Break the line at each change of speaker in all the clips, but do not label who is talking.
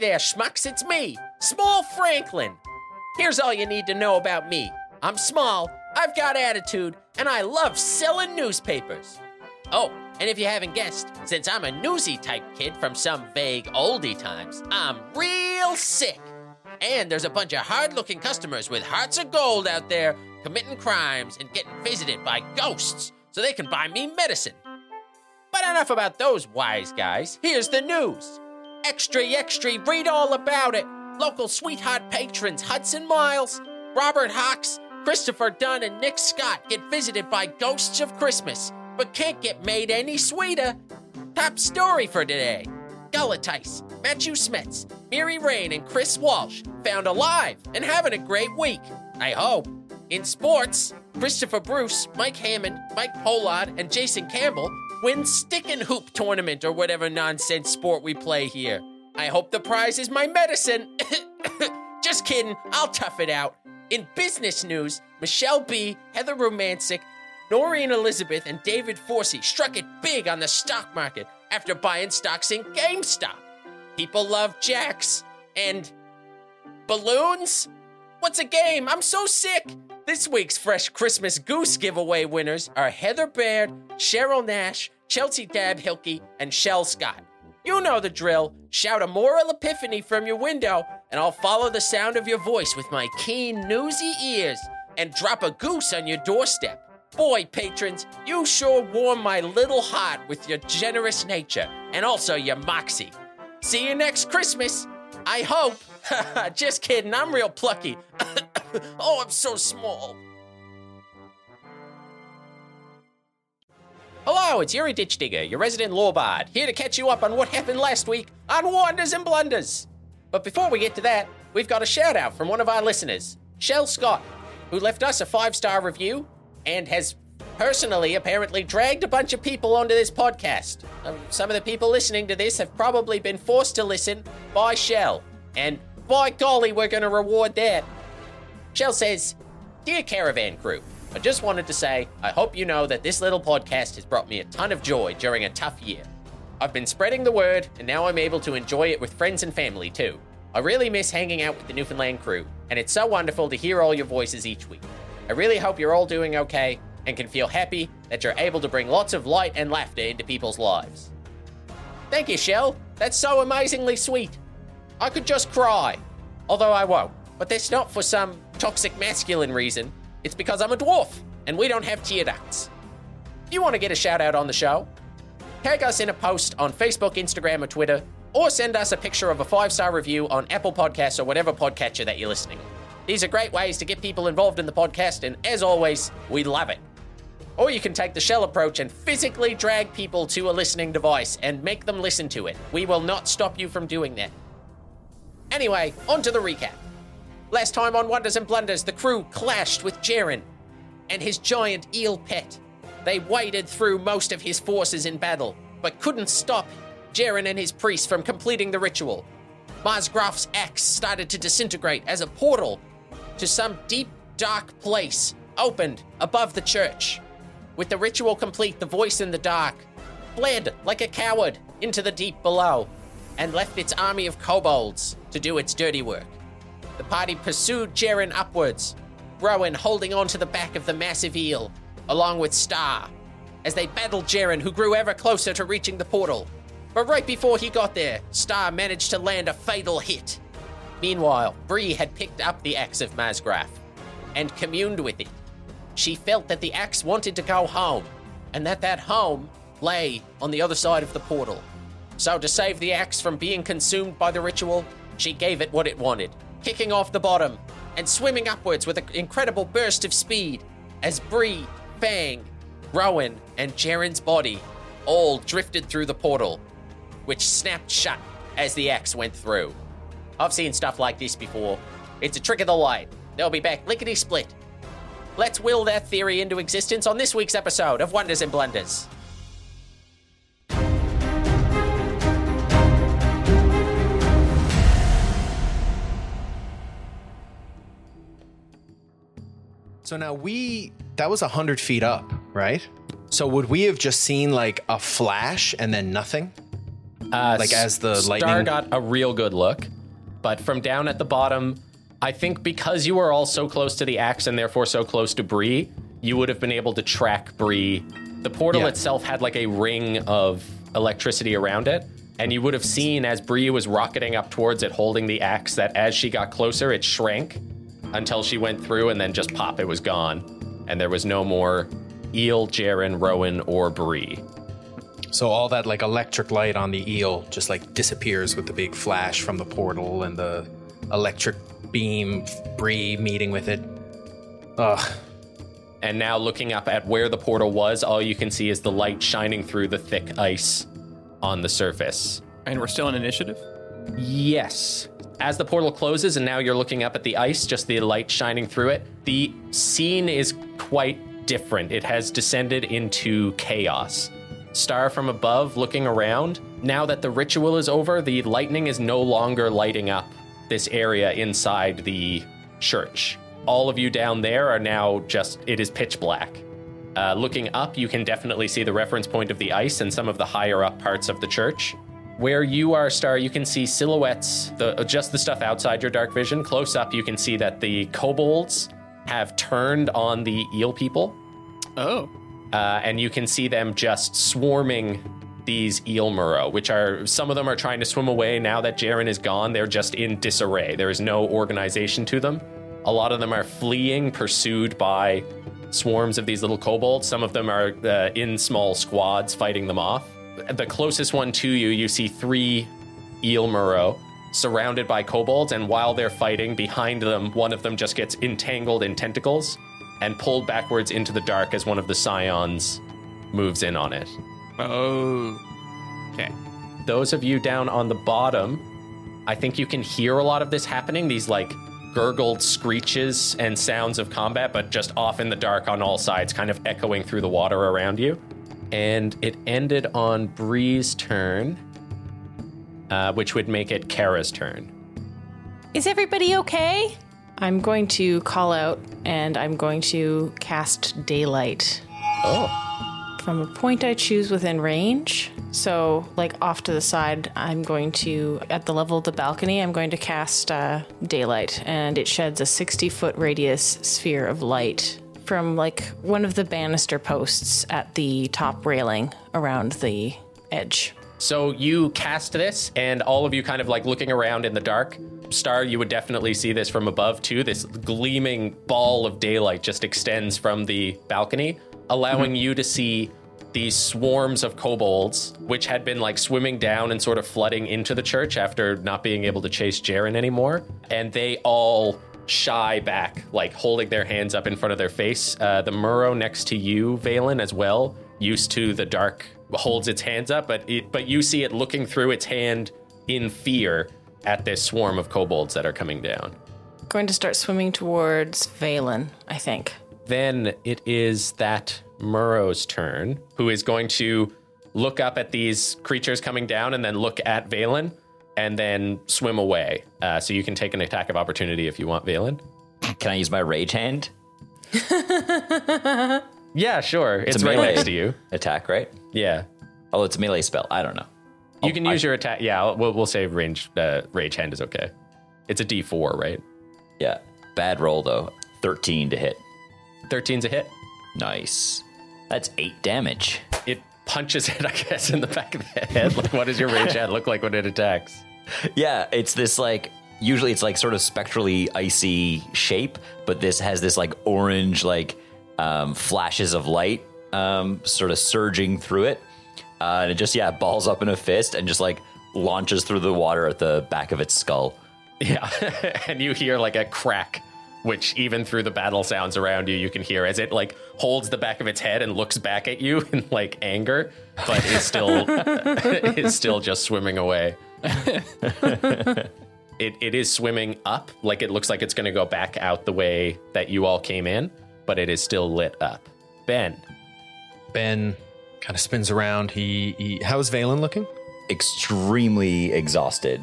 there, schmucks, it's me, Small Franklin. Here's all you need to know about me I'm small, I've got attitude, and I love selling newspapers. Oh, and if you haven't guessed, since I'm a newsy type kid from some vague oldie times, I'm real sick. And there's a bunch of hard looking customers with hearts of gold out there committing crimes and getting visited by ghosts so they can buy me medicine. But enough about those wise guys. Here's the news. Extra, extra, read all about it. Local sweetheart patrons Hudson Miles, Robert Hawks, Christopher Dunn, and Nick Scott get visited by ghosts of Christmas, but can't get made any sweeter. Top story for today. Gullitice, Matthew Smets, Mary Rain, and Chris Walsh found alive and having a great week. I hope. In sports, Christopher Bruce, Mike Hammond, Mike Pollard, and Jason Campbell win stick and hoop tournament or whatever nonsense sport we play here. I hope the prize is my medicine. Just kidding, I'll tough it out. In business news, Michelle B., Heather Romancic, Noreen Elizabeth, and David Forsey struck it big on the stock market after buying stocks in GameStop. People love jacks and balloons. What's a game? I'm so sick. This week's Fresh Christmas Goose giveaway winners are Heather Baird, Cheryl Nash, Chelsea Dab Hilke, and Shell Scott. You know the drill. Shout a moral epiphany from your window, and I'll follow the sound of your voice with my keen, newsy ears and drop a goose on your doorstep. Boy, patrons, you sure warm my little heart with your generous nature and also your moxie. See you next Christmas. I hope. Just kidding, I'm real plucky. oh, I'm so small. Hello, it's Yuri Ditch Digger, your resident law bard, here to catch you up on what happened last week on Wonders and Blunders. But before we get to that, we've got a shout out from one of our listeners, Shell Scott, who left us a five star review and has personally apparently dragged a bunch of people onto this podcast. Um, some of the people listening to this have probably been forced to listen by Shell, and by golly, we're going to reward that. Shell says, Dear Caravan Crew, I just wanted to say I hope you know that this little podcast has brought me a ton of joy during a tough year. I've been spreading the word, and now I'm able to enjoy it with friends and family too. I really miss hanging out with the Newfoundland crew, and it's so wonderful to hear all your voices each week. I really hope you're all doing okay and can feel happy that you're able to bring lots of light and laughter into people's lives. Thank you, Shell. That's so amazingly sweet. I could just cry. Although I won't. But that's not for some toxic masculine reason. It's because I'm a dwarf and we don't have tear ducts. If you want to get a shout out on the show, tag us in a post on Facebook, Instagram, or Twitter, or send us a picture of a five star review on Apple Podcasts or whatever podcatcher that you're listening. These are great ways to get people involved in the podcast, and as always, we love it. Or you can take the shell approach and physically drag people to a listening device and make them listen to it. We will not stop you from doing that. Anyway, on to the recap. Last time on Wonders and Blunders, the crew clashed with Jaren and his giant eel pet. They waded through most of his forces in battle, but couldn't stop Jaren and his priest from completing the ritual. Marsgraf's axe started to disintegrate as a portal to some deep, dark place opened above the church. With the ritual complete, the voice in the dark fled like a coward into the deep below and left its army of kobolds to do its dirty work. The party pursued Jaren upwards, Rowan holding on to the back of the massive eel, along with Star, as they battled Jaren, who grew ever closer to reaching the portal. But right before he got there, Star managed to land a fatal hit. Meanwhile, Bree had picked up the axe of Masgraf and communed with it. She felt that the axe wanted to go home, and that that home lay on the other side of the portal. So, to save the axe from being consumed by the ritual, she gave it what it wanted, kicking off the bottom and swimming upwards with an incredible burst of speed as Bree, Fang, Rowan, and Jaren's body all drifted through the portal, which snapped shut as the axe went through. I've seen stuff like this before. It's a trick of the light. They'll be back lickety split. Let's will that theory into existence on this week's episode of Wonders and Blunders.
So now we that was a hundred feet up, right? So would we have just seen like a flash and then nothing?
Uh,
Like, as the
S- Star
lightning-
got a real good look, but from down at the bottom, I think because you were all so close to the axe and therefore so close to Bree, you would have been able to track Bree. The portal
Yeah.
itself had like a ring of electricity around it, and you would have seen as Bree was rocketing up towards it, holding the axe, that as she got closer, it shrank until she went through, and then just pop, it was gone, and there was no more Eel, Jaren, Rowan, or Bree.
So all that like electric light on the eel just like disappears with the big flash from the portal and the electric beam Bree meeting with it. Ugh.
And now, looking up at where the portal was, all you can see is the light shining through the thick ice on the surface.
And we're still in initiative.
Yes. As the portal closes, and now you're looking up at the ice, just the light shining through it, the scene is quite different. It has descended into chaos. Star from above looking around. Now that the ritual is over, the lightning is no longer lighting up this area inside the church. All of you down there are now just, it is pitch black. Uh, looking up, you can definitely see the reference point of the ice and some of the higher up parts of the church. Where you are, Star, you can see silhouettes, the, uh, just the stuff outside your dark vision. Close up, you can see that the kobolds have turned on the eel people,
Oh.
uh, and you can see them just swarming these eel murrow, which are some of them are trying to swim away now that Jaren is gone. They're just in disarray. There is no organization to them. A lot of them are fleeing, pursued by swarms of these little kobolds. Some of them are uh, in small squads fighting them off. The closest one to you, you see three eel murrow surrounded by kobolds, and while they're fighting behind them, one of them just gets entangled in tentacles and pulled backwards into the dark as one of the scions moves in on it.
Oh. Okay.
Those of you down on the bottom, I think you can hear a lot of this happening, these like gurgled screeches and sounds of combat, but just off in the dark on all sides, kind of echoing through the water around you. And it ended on Bree's turn, uh, which would make it Kara's turn.
Is everybody okay? I'm going to call out and I'm going to cast daylight
Oh.
from a point I choose within range. So, like off to the side, I'm going to, at the level of the balcony, I'm going to cast uh, daylight, and it sheds a 60 foot radius sphere of light from like one of the banister posts at the top railing around the edge.
So you cast this, and all of you kind of like looking around in the dark. Star, you would definitely see this from above too. This gleaming ball of daylight just extends from the balcony, allowing you to see these swarms of kobolds, which had been like swimming down and sort of flooding into the church after not being able to chase Jaren anymore. And they all shy back, like holding their hands up in front of their face. Uh, the Murrow next to you, Valen, as well, used to the dark, holds its hands up, but it, but you see it looking through its hand in fear at this swarm of kobolds that are coming down.
Going to start swimming towards Valen, I think.
Then it is that Murrow's turn, who is going to look up at these creatures coming down and then look at Valen and then swim away. Uh, so you can take an attack of opportunity if you want, Valen.
Can I use my rage hand
Yeah, sure. It's,
a
right
melee.
next to you.
attack? Right?
Yeah.
Oh, it's a melee spell. I don't know.
You can use your attack. Yeah, I'll- we'll, we'll say range, uh, rage hand is okay. It's a d4, right?
Yeah. Bad roll though. Thirteen to hit.
13's a hit.
Nice. That's eight damage.
It punches it, I guess, in the back of the head. Like, what does your rage hand look like when it attacks?
Yeah, it's this like usually it's like sort of spectrally icy shape, but this has this like orange like um, flashes of light um, sort of surging through it, uh, and it just yeah balls up in a fist and just like launches through the water at the back of its skull.
Yeah. and you hear like a crack, which even through the battle sounds around you, you can hear as it like holds the back of its head and looks back at you in like anger, but is still is still just swimming away. it, it is swimming up, like it looks like it's gonna go back out the way that you all came in, but it is still lit up. Ben.
Ben kind of spins around. He, he how's Valen looking?
Extremely exhausted,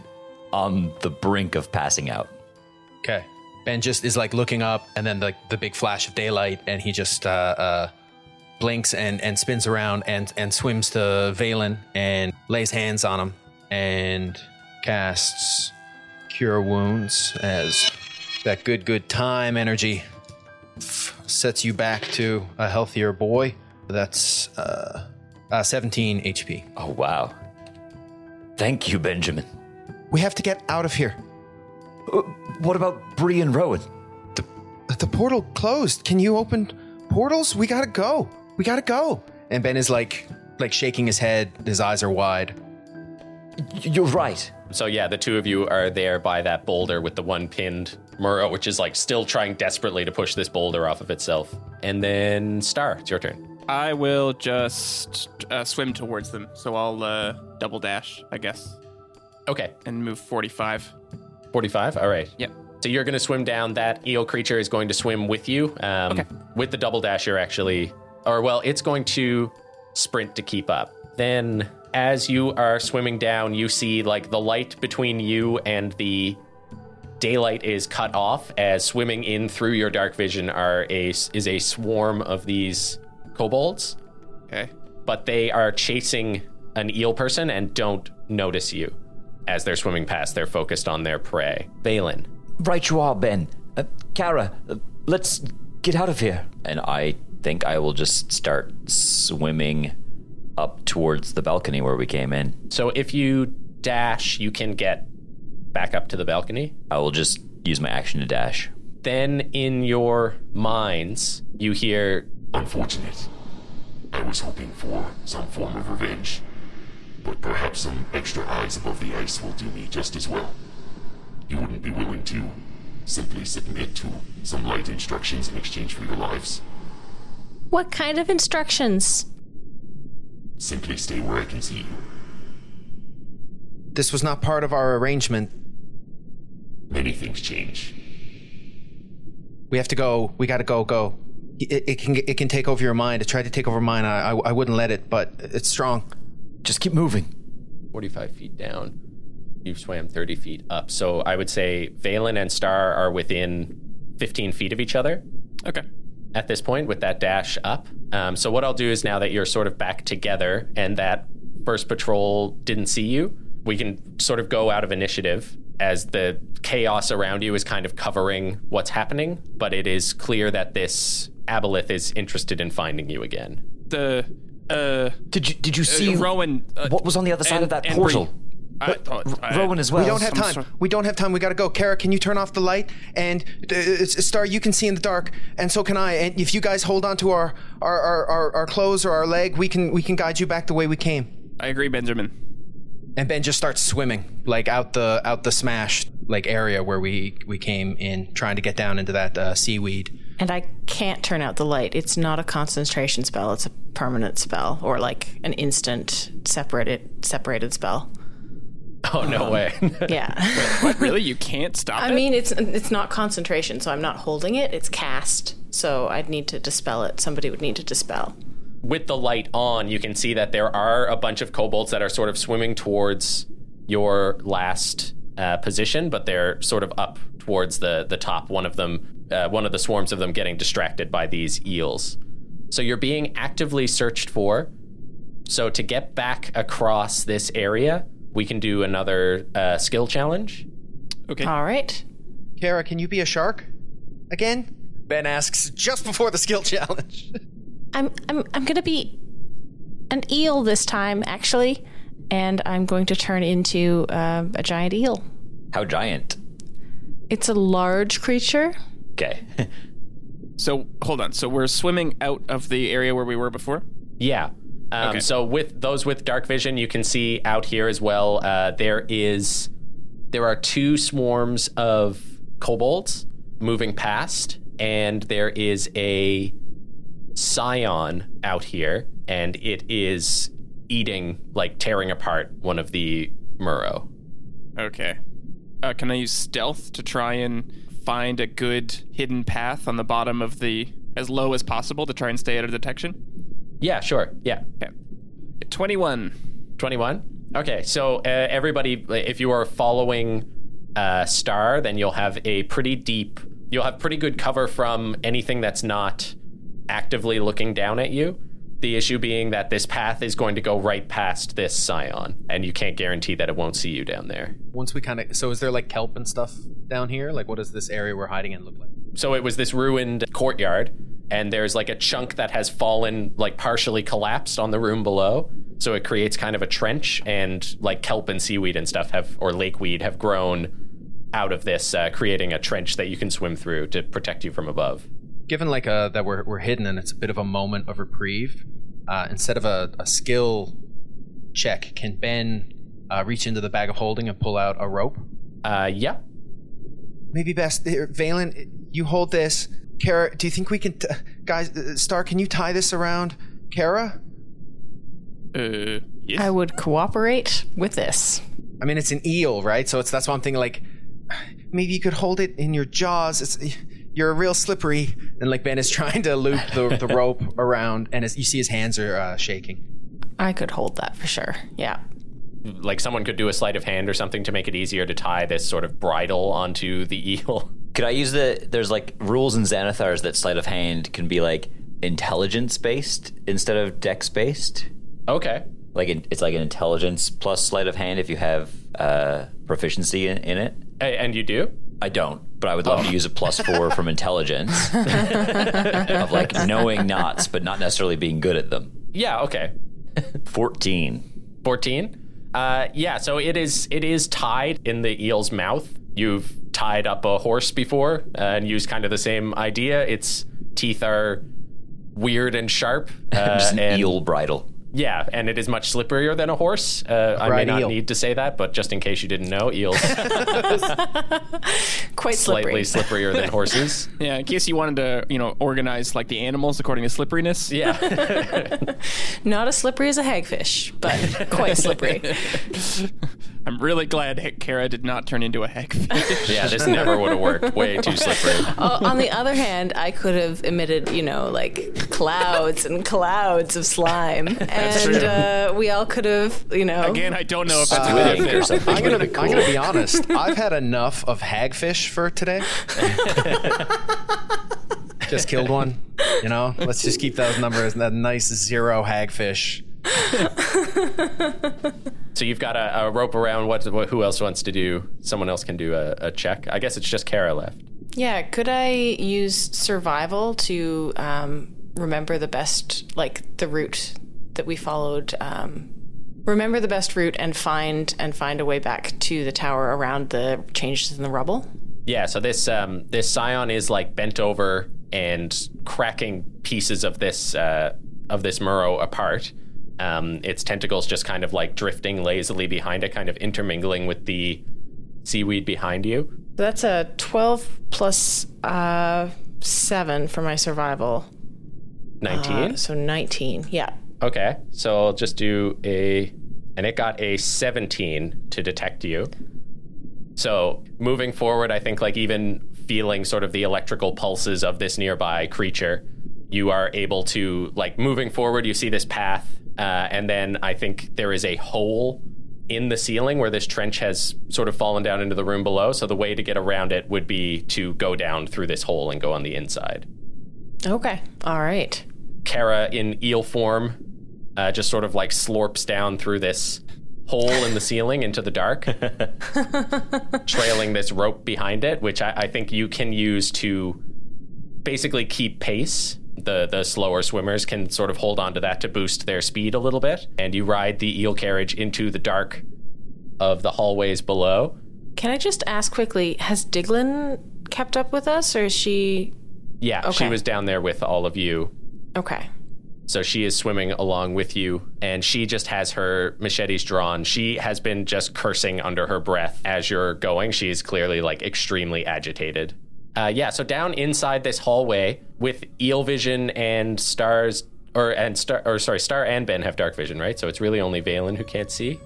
on the brink of passing out.
Okay. Ben just is like looking up, and then like the big flash of daylight, and he just uh, uh, blinks and and spins around and and swims to Valen and lays hands on him and casts Cure Wounds as that good, good time energy f- sets you back to a healthier boy. That's uh, uh, 17 HP.
Oh, wow. Thank you, Benjamin.
We have to get out of here.
Uh, What about Bree and Rowan?
The portal closed. Can you open portals? We gotta go. We gotta go.
And Ben is like, like shaking his head. His eyes are wide.
Y- You're right.
So yeah, the two of you are there by that boulder with the one pinned Murrow, which is like still trying desperately to push this boulder off of itself. And then Star, it's your turn.
I will just uh, swim towards them. So I'll uh, double dash, I guess,
Okay,
and move 45.
45. All right.
Yep.
So you're going to swim down. That eel creature is going to swim with you. Um,
Okay.
With the double dash, you're actually, or well, it's going to sprint to keep up. Then, as you are swimming down, you see like the light between you and the daylight is cut off. As swimming in through your dark vision are a is a swarm of these kobolds,
Okay.
but they are chasing an eel person and don't notice you. As they're swimming past, they're focused on their prey. Valen.
Right you are, Ben. Uh, Kara, uh, let's get out of here. And I think I will just start swimming up towards the balcony where we came in.
So if you dash, you can get back up to the balcony.
I will just use my action to dash.
Then in your minds, you hear
Unfortunate. I was hoping for some form of revenge, but perhaps some extra eyes above the ice will do me just as well. You wouldn't be willing to simply submit to some light instructions in exchange for your lives.
What kind of instructions?
Simply stay where I can see you.
This was not part of our arrangement.
Many things change.
We have to go. We gotta go. Go. It, it can it can take over your mind. It tried to take over mine. I, I I wouldn't let it, but it's strong.
Just keep moving.
45 feet down. You swam 30 feet up. So I would say Valen and Star are within 15 feet of each other
Okay.
at this point with that dash up. Um, so what I'll do is now that you're sort of back together and that first patrol didn't see you, we can sort of go out of initiative as the chaos around you is kind of covering what's happening, but it is clear that this Aboleth is interested in finding you again.
The. Uh,
Did you did you
uh,
see
Rowan. Uh,
what was on the other side
and-
of that
and
portal?
Bree. I thought. I-
Rowan as well.
We don't have
I'm
time.
sorry.
We don't have time. We gotta go. Kara, can you turn off the light? And uh, S- Star, you can see in the dark, and so can I. And if you guys hold on to our our, our, our, our clothes or our leg, we can we can guide you back the way we came.
I agree, Benjamin.
And Ben just starts swimming, like out the out the smash like area where we we came in, trying to get down into that uh, seaweed.
And I can't turn out the light. It's not a concentration spell. It's a permanent spell, or like an instant separated separated spell. Um,
Oh, no way.
Yeah.
What, really? You can't stop
I
it?
mean, it's it's not concentration, so I'm not holding it. It's cast, so I'd need to dispel it. Somebody would need to dispel.
with the light on, you can see that there are a bunch of kobolds that are sort of swimming towards your last uh, position, but they're sort of up towards the the top. One of them, uh, one of the swarms of them, getting distracted by these eels. So you're being actively searched for. So to get back across this area, we can do another uh, skill challenge.
okay.
All right.
Kara, can you be a shark again?
Ben asks,
Just before the skill challenge.
I'm I'm I'm gonna be an eel this time, actually, and I'm going to turn into um a giant eel.
How giant?
It's a large creature.
Okay.
So hold on. So we're swimming out of the area where we were before.
Yeah. Um,
Okay.
So with those with dark vision, you can see out here as well. Uh, there is there are two swarms of kobolds moving past, and there is a scion out here, and it is eating like tearing apart one of the Murrow.
Okay. Uh, can I use stealth to try and find a good hidden path on the bottom of the as low as possible to try and stay out of detection?
Yeah, sure. Yeah.
Okay. Twenty-one.
21 okay so uh, everybody if you are following uh, star then you'll have a pretty deep you'll have pretty good cover from anything that's not actively looking down at you The issue being that this path is going to go right past this scion, and you can't guarantee that it won't see you down there.
Once we kind of so is there like kelp and stuff down here? Like what does this area we're hiding in look like?
So it was this ruined courtyard, and there's like a chunk that has fallen, like partially collapsed on the room below. So it creates kind of a trench, and like kelp and seaweed and stuff have, or lakeweed have grown out of this, uh, creating a trench that you can swim through to protect you from above.
Given like uh that we're we're hidden and it's a bit of a moment of reprieve, uh, instead of a, a skill check, can Ben uh, reach into the bag of holding and pull out a rope?
Uh, yeah.
Maybe best here, Valen, you hold this. Kara, do you think we can, t- guys? Uh, Star, can you tie this around Kara?
Uh, yes.
I would cooperate with this.
I mean it's an eel, right? So it's that's why I'm thinking like
Maybe you could hold it in your jaws. It's you're real slippery.
and like Ben is trying to loop the, the rope around and as you see his hands are uh, shaking.
I could hold that for sure. Yeah.
Like someone could do a sleight of hand or something to make it easier to tie this sort of bridle onto the eel.
Could I use the? There's like rules in Xanathars that sleight of hand can be like intelligence based instead of dex based.
Okay.
Like in, it's like an intelligence plus sleight of hand if you have uh, proficiency in, in it.
A- and you do? Oh.
I don't, but I would love to use a plus four from intelligence of like knowing knots, but not necessarily being good at them.
Yeah, okay.
Fourteen.
14 uh, yeah so it is it is tied in the eel's mouth you've tied up a horse before uh, and used kind of the same idea its teeth are weird and sharp uh,
Just an
and-
eel bridle.
yeah and it is much slipperier than a horse uh, i may
Right
not
eel.
need to say that but just in case you didn't know eels
Quite
slightly
slippery.
slipperier than horses
yeah, in case you wanted to, you know, organize like the animals according to slipperiness.
yeah
Not as slippery as a hagfish, but quite slippery.
I'm really glad H- Kara did not turn into a hagfish.
yeah this never would have worked way too slippery
O- Uh, on the other hand, I could have emitted, you know, like clouds and clouds of slime, and uh, we all could have, you know, uh,
Again, I don't know if that's
With ink or something.
Uh, I'm gonna, I'm gonna be honest. I've had enough of hagfish for today. just killed one. You know, let's just keep those numbers. That nice zero hagfish.
So you've got a, a rope around. What, what? Who else wants to do? Someone else can do a, a check. I guess it's just Kara left.
Yeah, could I use survival to um, remember the best, like the route that we followed? Um, remember the best route and find and find a way back to the tower around the changes in the rubble.
Yeah. So this um, this scion is like bent over and cracking pieces of this uh, of this Murrow apart. Um, its tentacles just kind of like drifting lazily behind it, kind of intermingling with the seaweed behind you.
That's a twelve plus uh, seven for my survival,
Nineteen.
Uh, so nineteen. Yeah,
okay. So I'll just do a, and it got a seventeen to detect you. So moving forward, I think like even feeling sort of the electrical pulses of this nearby creature, you are able to like moving forward. You see this path, uh, and then I think there is a hole in the ceiling where this trench has sort of fallen down into the room below. So the way to get around it would be to go down through this hole and go on the inside.
okay, all right.
Kara in eel form uh, just sort of like slorps down through this hole in the ceiling into the dark, trailing this rope behind it, which I, I think you can use to basically keep pace. The, the slower swimmers can sort of hold on to that to boost their speed a little bit. And you ride the eel carriage into the dark of the hallways below.
Can I just ask quickly? Has Diglin kept up with us, or is she
Yeah, she
Okay.
was down there with all of you
okay?
So she is swimming along with you, and she just has her machetes drawn. She has been just cursing under her breath as you're going. She is clearly like extremely agitated. Uh, yeah, so down inside this hallway with Eel Vision and Stars, or and Star, or sorry, Star and Ben have dark vision, right? So it's really only Valen who can't see.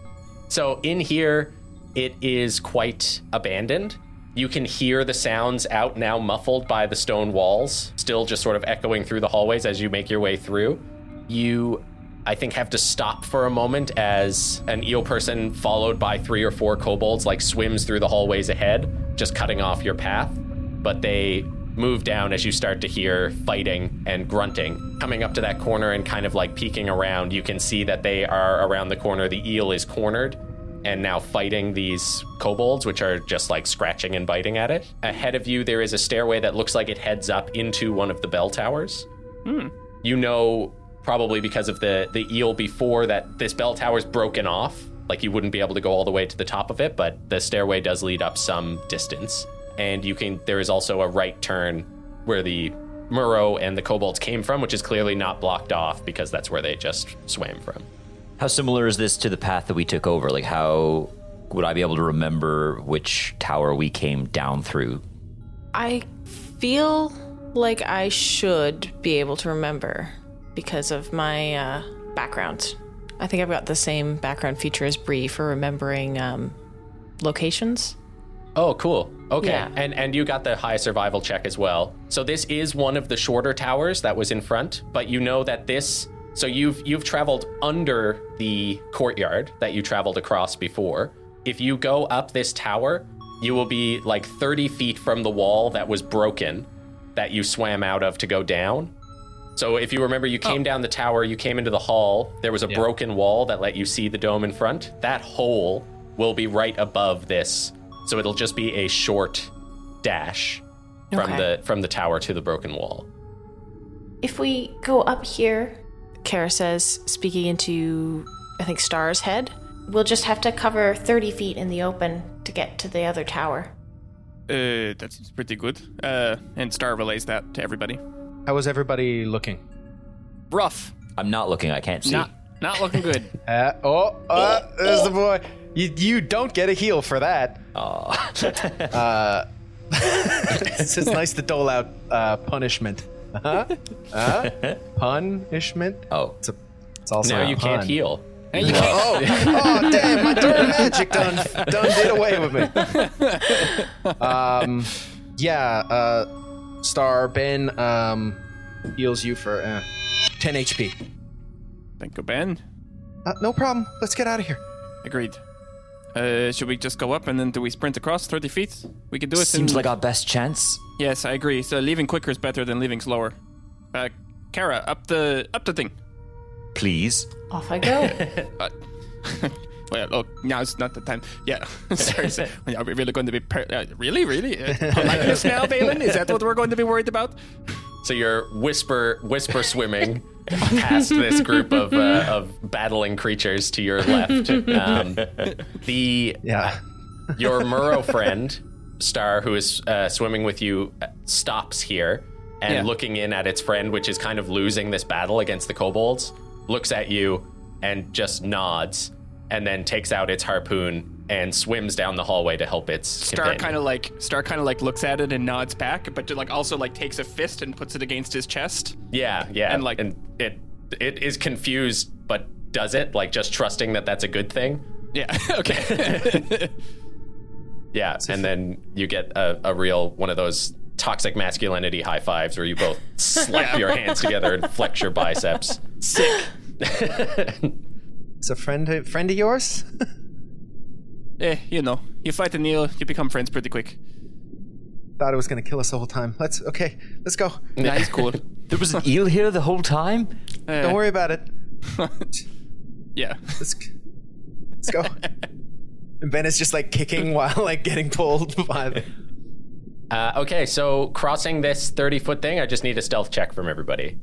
So in here, it is quite abandoned. You can hear the sounds out now, muffled by the stone walls, still just sort of echoing through the hallways as you make your way through. You, I think, have to stop for a moment as an eel person, followed by three or four kobolds, like swims through the hallways ahead, just cutting off your path. But they move down as you start to hear fighting and grunting. Coming up to that corner and kind of like peeking around, you can see that they are around the corner. The eel is cornered and now fighting these kobolds, which are just like scratching and biting at it. Ahead of you, there is a stairway that looks like it heads up into one of the bell towers.
Hmm.
You know, probably because of the, the eel before, that this bell tower's broken off. Like you wouldn't be able to go all the way to the top of it, but the stairway does lead up some distance. And you can, there is also a right turn where the Murrow and the kobolds came from, which is clearly not blocked off because that's where they just swam from.
How similar is this to the path that we took over? Like, how would I be able to remember which tower we came down through?
I feel like I should be able to remember because of my uh, background. I think I've got the same background feature as Bree for remembering um, locations.
Oh, cool. Okay.
Yeah.
And and you got the high survival check as well. So this is one of the shorter towers that was in front, but you know that this so you've you've traveled under the courtyard that you traveled across before. If you go up this tower, you will be like 30 feet from the wall that was broken that you swam out of to go down. So if you remember you came down the tower, you came into the hall, there was a broken wall that let you see the dome in front. That hole will be right above this. So it'll just be a short dash from
Okay.
the from the tower to the broken wall.
If we go up here,
Kara says, speaking into, I think, Star's head.
we'll just have to cover 30 feet in the open to get to the other tower.
Uh, that seems pretty good. Uh, and Star relays that to everybody.
How was everybody looking?
Rough.
I'm not looking. I can't see.
Not not looking good.
Uh, oh, uh, there's the boy. You, you don't get a heal for that. Uh,
Aw.
It's just nice to dole out uh, punishment. Huh? Huh? punishment?
oh,
It's, a, it's also
Now
a
you can't
pun.
heal.
Oh, oh, damn! My darn magic done, done did away with me. Um, yeah. Uh, Star Ben um, heals you for uh, 10 HP.
Thank you, Ben.
Uh, no problem. Let's get out of here.
Agreed. Uh, should we just go up and then do we sprint across 30 feet? We could do it.
seems
in...
like our best chance.
Yes, I agree. So leaving quicker is better than leaving slower. Uh, Kara, up the up the thing.
Please.
Off I go.
Uh, well, look, now it's not the time. Yeah, sorry. sir. Are we really going to be per- uh, really, really uh, politeness now, Valen? Is that what we're going to be worried about?
So you're whisper whisper swimming past this group of uh, of battling creatures to your left. Um, the
Yeah.
your Murrow friend, Star, who is uh, swimming with you, uh, stops here and
Yeah.
looking in at its friend, which is kind of losing this battle against the kobolds, looks at you and just nods and then takes out its harpoon and swims down the hallway to help its
Star
companion.
kind of like Star kind of like looks at it and nods back, but like also like takes a fist and puts it against his chest.
Yeah, yeah.
And, like-
and it it is confused but does it like just trusting that that's a good thing.
Yeah. Okay.
Yeah, and then you get a, a real one of those toxic masculinity high fives where you both slap your hands together and flex your biceps. Sick.
It's a friend, friend of yours?
eh, you know, you fight a Neil, you become friends pretty quick.
Thought it was going to kill us the whole time. Let's, okay, let's go.
Nah, he's cool.
There was an eel here the whole time?
Don't worry about it.
Yeah.
Let's, let's go. And Ben is just like kicking while like getting pulled by the.
uh, okay, so crossing this 30 foot thing, I just need a stealth check from everybody.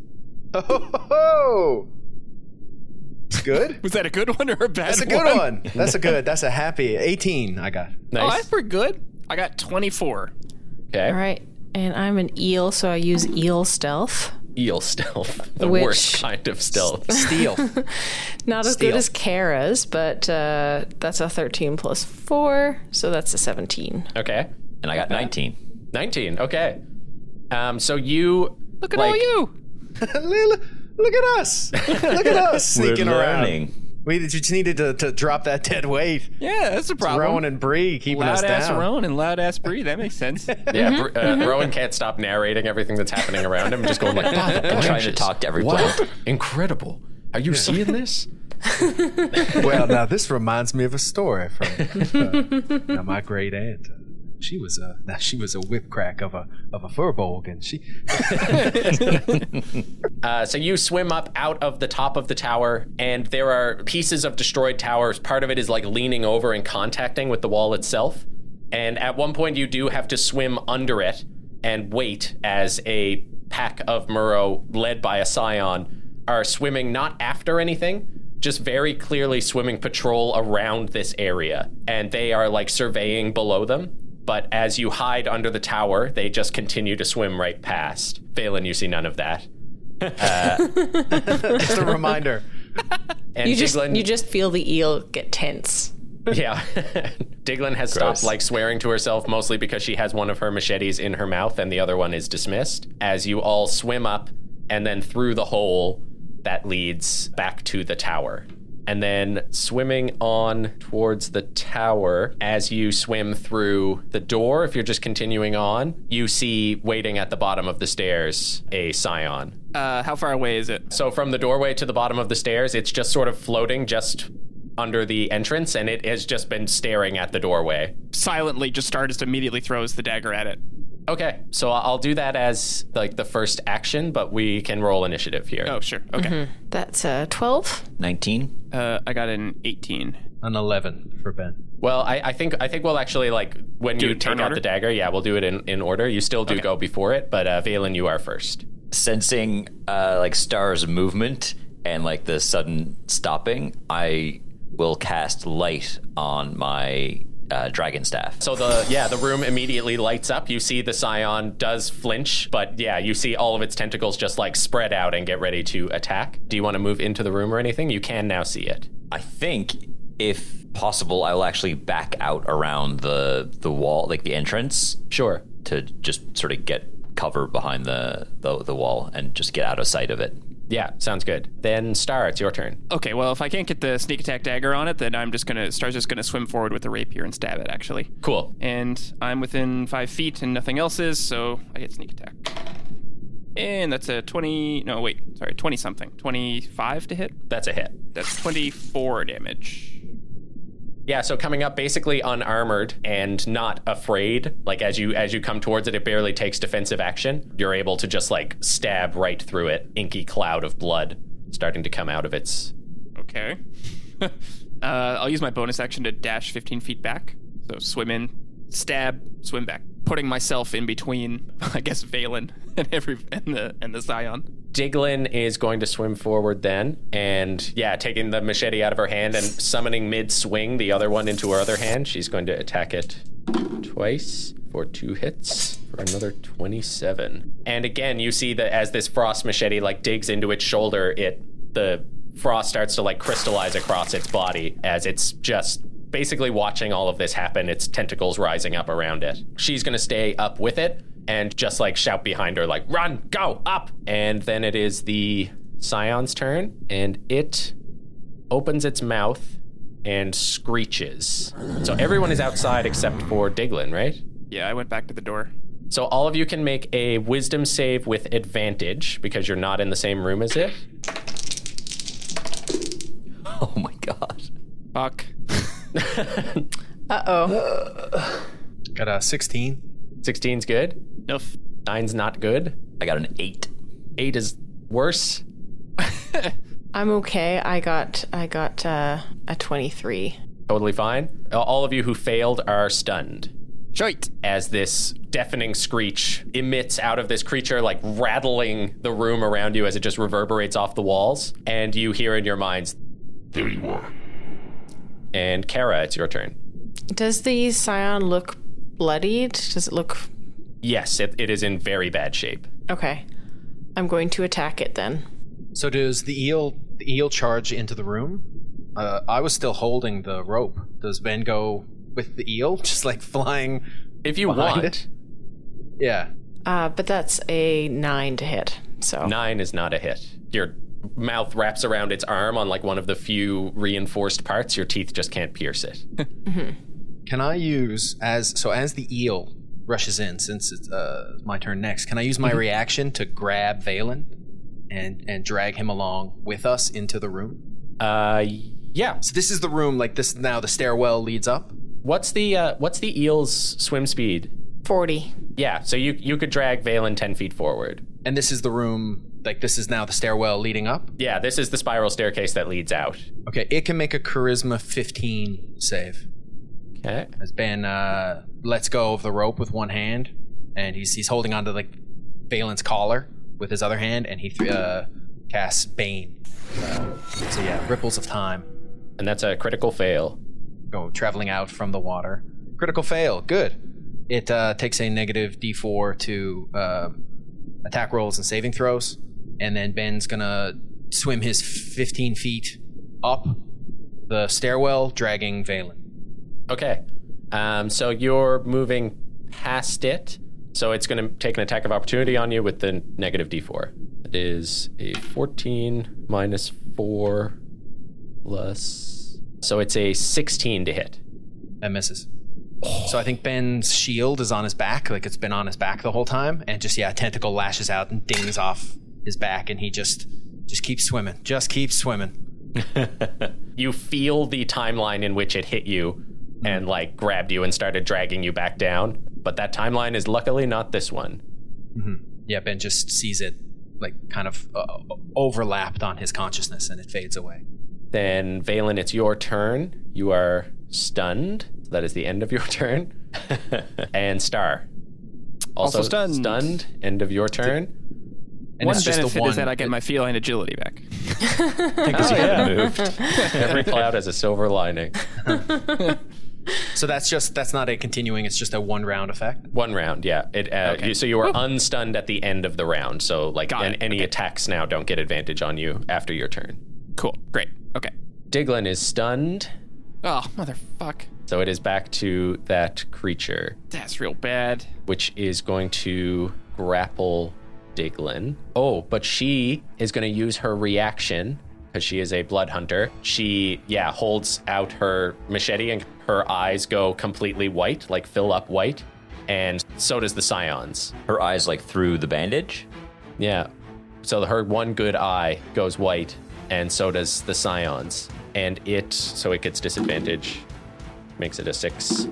Oh, ho, ho, ho. It's good.
Was that a good one or a bad
That's a good one. That's a good. That's a happy 18. I got.
Oh,
Nice.
that's pretty good. I got 24.
Okay.
All right. And I'm an eel, so I use eel stealth.
Eel stealth. The
Which-
worst kind of stealth.
Steel.
Not as
Steal.
good as Kara's, but uh, that's a 13 plus 4, so that's a 17.
Okay.
And I got 19.
19. Okay. Um, so you. Look at
Oh, you.
Look look at us. Look at us sneaking
We're
around.
learning.
We just needed to, to drop that dead weight.
Yeah, that's a problem.
Rowan and Bree keeping us
loud ass
down.
Roan and loud ass Bree. That makes sense. Mm-hmm.
Yeah, Br- uh, Rowan can't stop narrating everything that's happening around him. Just going like, "By the
I'm trying to
branches.
talk to every
Wow,
plant.
incredible. Are you seeing this?
Well, now this reminds me of a story from uh, now my great aunt. she was a now she was a whip crack of a of a furbolg, and she
Uh, so you swim up out of the top of the tower, and there are pieces of destroyed towers. Part of it is like leaning over and contacting with the wall itself. And at one point, you do have to swim under it and wait as a pack of Murrow, led by a scion, are swimming not after anything, just very clearly swimming patrol around this area. And they are like surveying below them. But as you hide under the tower, they just continue to swim right past. Valen, you see none of that.
Uh,
just a reminder.
Uh, And
You just
Diglin-
you just feel the eel get tense.
yeah. Diglin has stopped like swearing to herself mostly because she has one of her machetes in her mouth and the other one is dismissed. As you all swim up and then through the hole that leads back to the tower. And then swimming on towards the tower, as you swim through the door, if you're just continuing on, you see waiting at the bottom of the stairs a scion.
Uh, how far away is it?
So from the doorway to the bottom of the stairs, it's just sort of floating just under the entrance, and it has just been staring at the doorway.
Silently, just Stardust immediately throws the dagger at it.
Okay, so I- I'll do that as like the first action, but we can roll initiative here.
Oh, sure.
Mm-hmm.
Okay.
That's uh, 12.
19.
Uh, I got an 18.
An eleven for Ben.
Well, I, I think I think we'll actually like when you
it
take
turn
out
order?
the dagger. Yeah, we'll do it in, in order. You still do go before it, but uh, Valen, you are first.
Sensing uh, like Star's movement and like the sudden stopping, I will cast light on my uh, dragon staff.
So the yeah, the room immediately lights up. You see the scion does flinch, but yeah, you see all of its tentacles just like spread out and get ready to attack. Do you want to move into the room or anything? You can now see it.
I think if possible, I will actually back out around the the wall, like the entrance,
Sure.
to just sort of get cover behind the the, the wall and just get out of sight of it.
Yeah, sounds good. Then Star, it's your turn.
Okay, well, if I can't get the sneak attack dagger on it, then I'm just gonna Star's just gonna swim forward with the rapier and stab it. Actually,
Cool.
and I'm within five feet and nothing else is, so I get sneak attack. And that's a 20. No, wait, sorry, 20 something. 25 to hit?
That's a hit.
That's 24 damage.
Yeah, so coming up basically unarmored and not afraid. Like as you as you come towards it, it barely takes defensive action. You're able to just like stab right through it, inky cloud of blood starting to come out of its
Okay. uh, I'll use my bonus action to dash 15 feet back. So swim in, stab, swim back, putting myself in between, I guess, Valen and every and the and the Scion.
Diglin is going to swim forward then, and yeah, taking the machete out of her hand and summoning mid swing the other one into her other hand. She's going to attack it twice for two hits for another 27. And again, you see that as this frost machete like digs into its shoulder, it the frost starts to like crystallize across its body as it's just basically watching all of this happen, its tentacles rising up around it. She's going to stay up with it and just like shout behind her, like, run, go, up. And then it is the Scion's turn, and it opens its mouth and screeches. So everyone is outside except for Diglin, right?
Yeah, I went back to the door.
So all of you can make a wisdom save with advantage because you're not in the same room as it.
Oh my god!
Fuck.
Uh oh.
Got a sixteen.
16's good,
Nope.
9's not good,
I got an eight.
8 is worse.
I'm okay. I got I got uh, a 23.
Totally fine. All of you who failed are stunned.
Shite.
as this deafening screech emits out of this creature, like rattling the room around you as it just reverberates off the walls. And you hear in your minds,
There you are.
and Kara, it's your turn.
Does the scion look bloodied? Does it look
Yes, it, it is in very bad shape.
okay? I'm going to attack it then.
So does the eel the eel charge into the room? Uh, I was still holding the rope. Does Ben go with the eel, just like flying?
If you
Behind
want,
it? Yeah.
Uh, but that's a nine to hit. So
nine is not a hit. Your mouth wraps around its arm on like one of the few reinforced parts. Your teeth just can't pierce it.
Can I use as so as the eel rushes in since it's uh, my turn next? Can I use my reaction to grab Valen and and drag him along with us into the room?
uh, yeah.
So this is the room like this now. The stairwell leads up.
What's the uh, what's the eel's swim speed?
40.
Yeah, so you you could drag Valen ten feet forward.
And this is the room, like this is now the stairwell leading up.
Yeah, this is the spiral staircase that leads out.
Okay, it can make a charisma 15 save.
Okay.
As Ben uh, lets go of the rope with one hand, and he's he's holding onto like Valen's collar with his other hand, and he th- uh, casts Bane. Uh, so yeah, ripples of time
And that's a critical fail.
go traveling out from the water. Critical fail. Good. It uh, takes a negative D4 to um attack rolls and saving throws, and then Ben's gonna swim his 15 feet up the stairwell, dragging Valen.
Okay. Um, so you're moving past it. So it's going to take an attack of opportunity on you with the negative d4. That is a 14 minus 4 plus. So it's a 16 to hit.
That misses. So I think Ben's shield is on his back, like it's been on his back the whole time, and just yeah, a tentacle lashes out and dings off his back, and he just just keeps swimming, just keeps swimming.
You feel the timeline in which it hit you and like grabbed you and started dragging you back down. But that timeline is luckily not this one.
Yeah, Ben just sees it like kind of uh, overlapped on his consciousness, and it fades away.
Then Valen, it's your turn. You are stunned. That is the end of your turn. and Star, also,
Also stunned.
Stunned. End of your turn.
And
one
it's just
benefit
the one
is that I get my feline agility back.
Because you haven't moved.
Every cloud has a silver lining.
So that's just that's not a continuing. It's just a one round effect.
One round, yeah. It, uh, you, so you were unstunned at the end of the round. So like,
Got
an-
it.
any attacks now don't get advantage on you after your turn.
Cool. Great. Okay.
Diglin is stunned,
Oh, motherfuck.
so it is back to that creature,
That's real bad.
which is going to grapple Diglin. Oh, but she is going to use her reaction because she is a blood hunter. She, yeah, holds out her machete and her eyes go completely white, like fill up white. And so does the scions.
Her eyes like through the bandage.
Yeah. So her one good eye goes white, and so does the scion's. And it, so it gets disadvantage, makes it a six.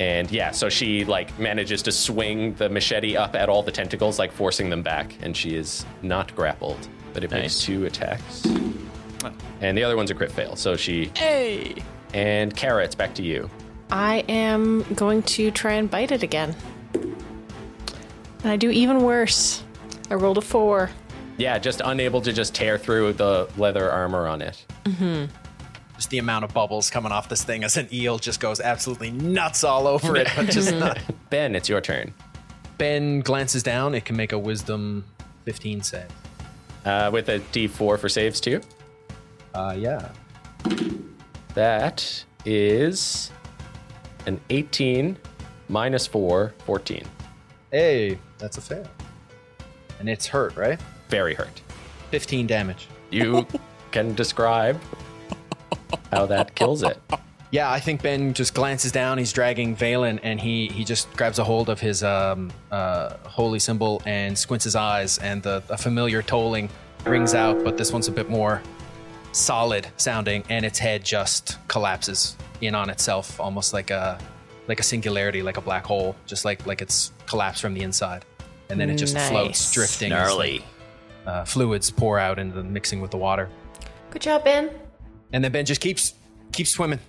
And yeah, so she like manages to swing the machete up at all the tentacles, like forcing them back, and she is not grappled. But it makes
Nice.
two attacks. And the other one's a crit fail, so she.
Hey.
And Kara, it's back to you.
I am going to try and bite it again. And I do even worse. I rolled a four.
Yeah, just unable to just tear through the leather armor on it.
Just the amount of bubbles coming off this thing as an eel just goes absolutely nuts all over it. But just not.
Ben, it's your turn.
Ben glances down. It can make a Wisdom 15 save.
Uh, with a d4 for saves, too.
Uh, yeah.
That is an 18 minus 4, 14.
Hey, that's a fail. And it's hurt, right?
Very hurt.
15 damage.
You can describe how that kills it.
Yeah, I think Ben just glances down. He's dragging Valen, and he he just grabs a hold of his um, uh, holy symbol and squints his eyes, and the a familiar tolling rings out, but this one's a bit more solid sounding, and its head just collapses in on itself, almost like a like a singularity, like a black hole, just like like it's collapsed from the inside, and then it just floats,
Nice.
drifting. as,
Gnarly.
uh, fluids pour out into the mixing with the water,
Good job, Ben.
and then Ben just keeps keeps swimming.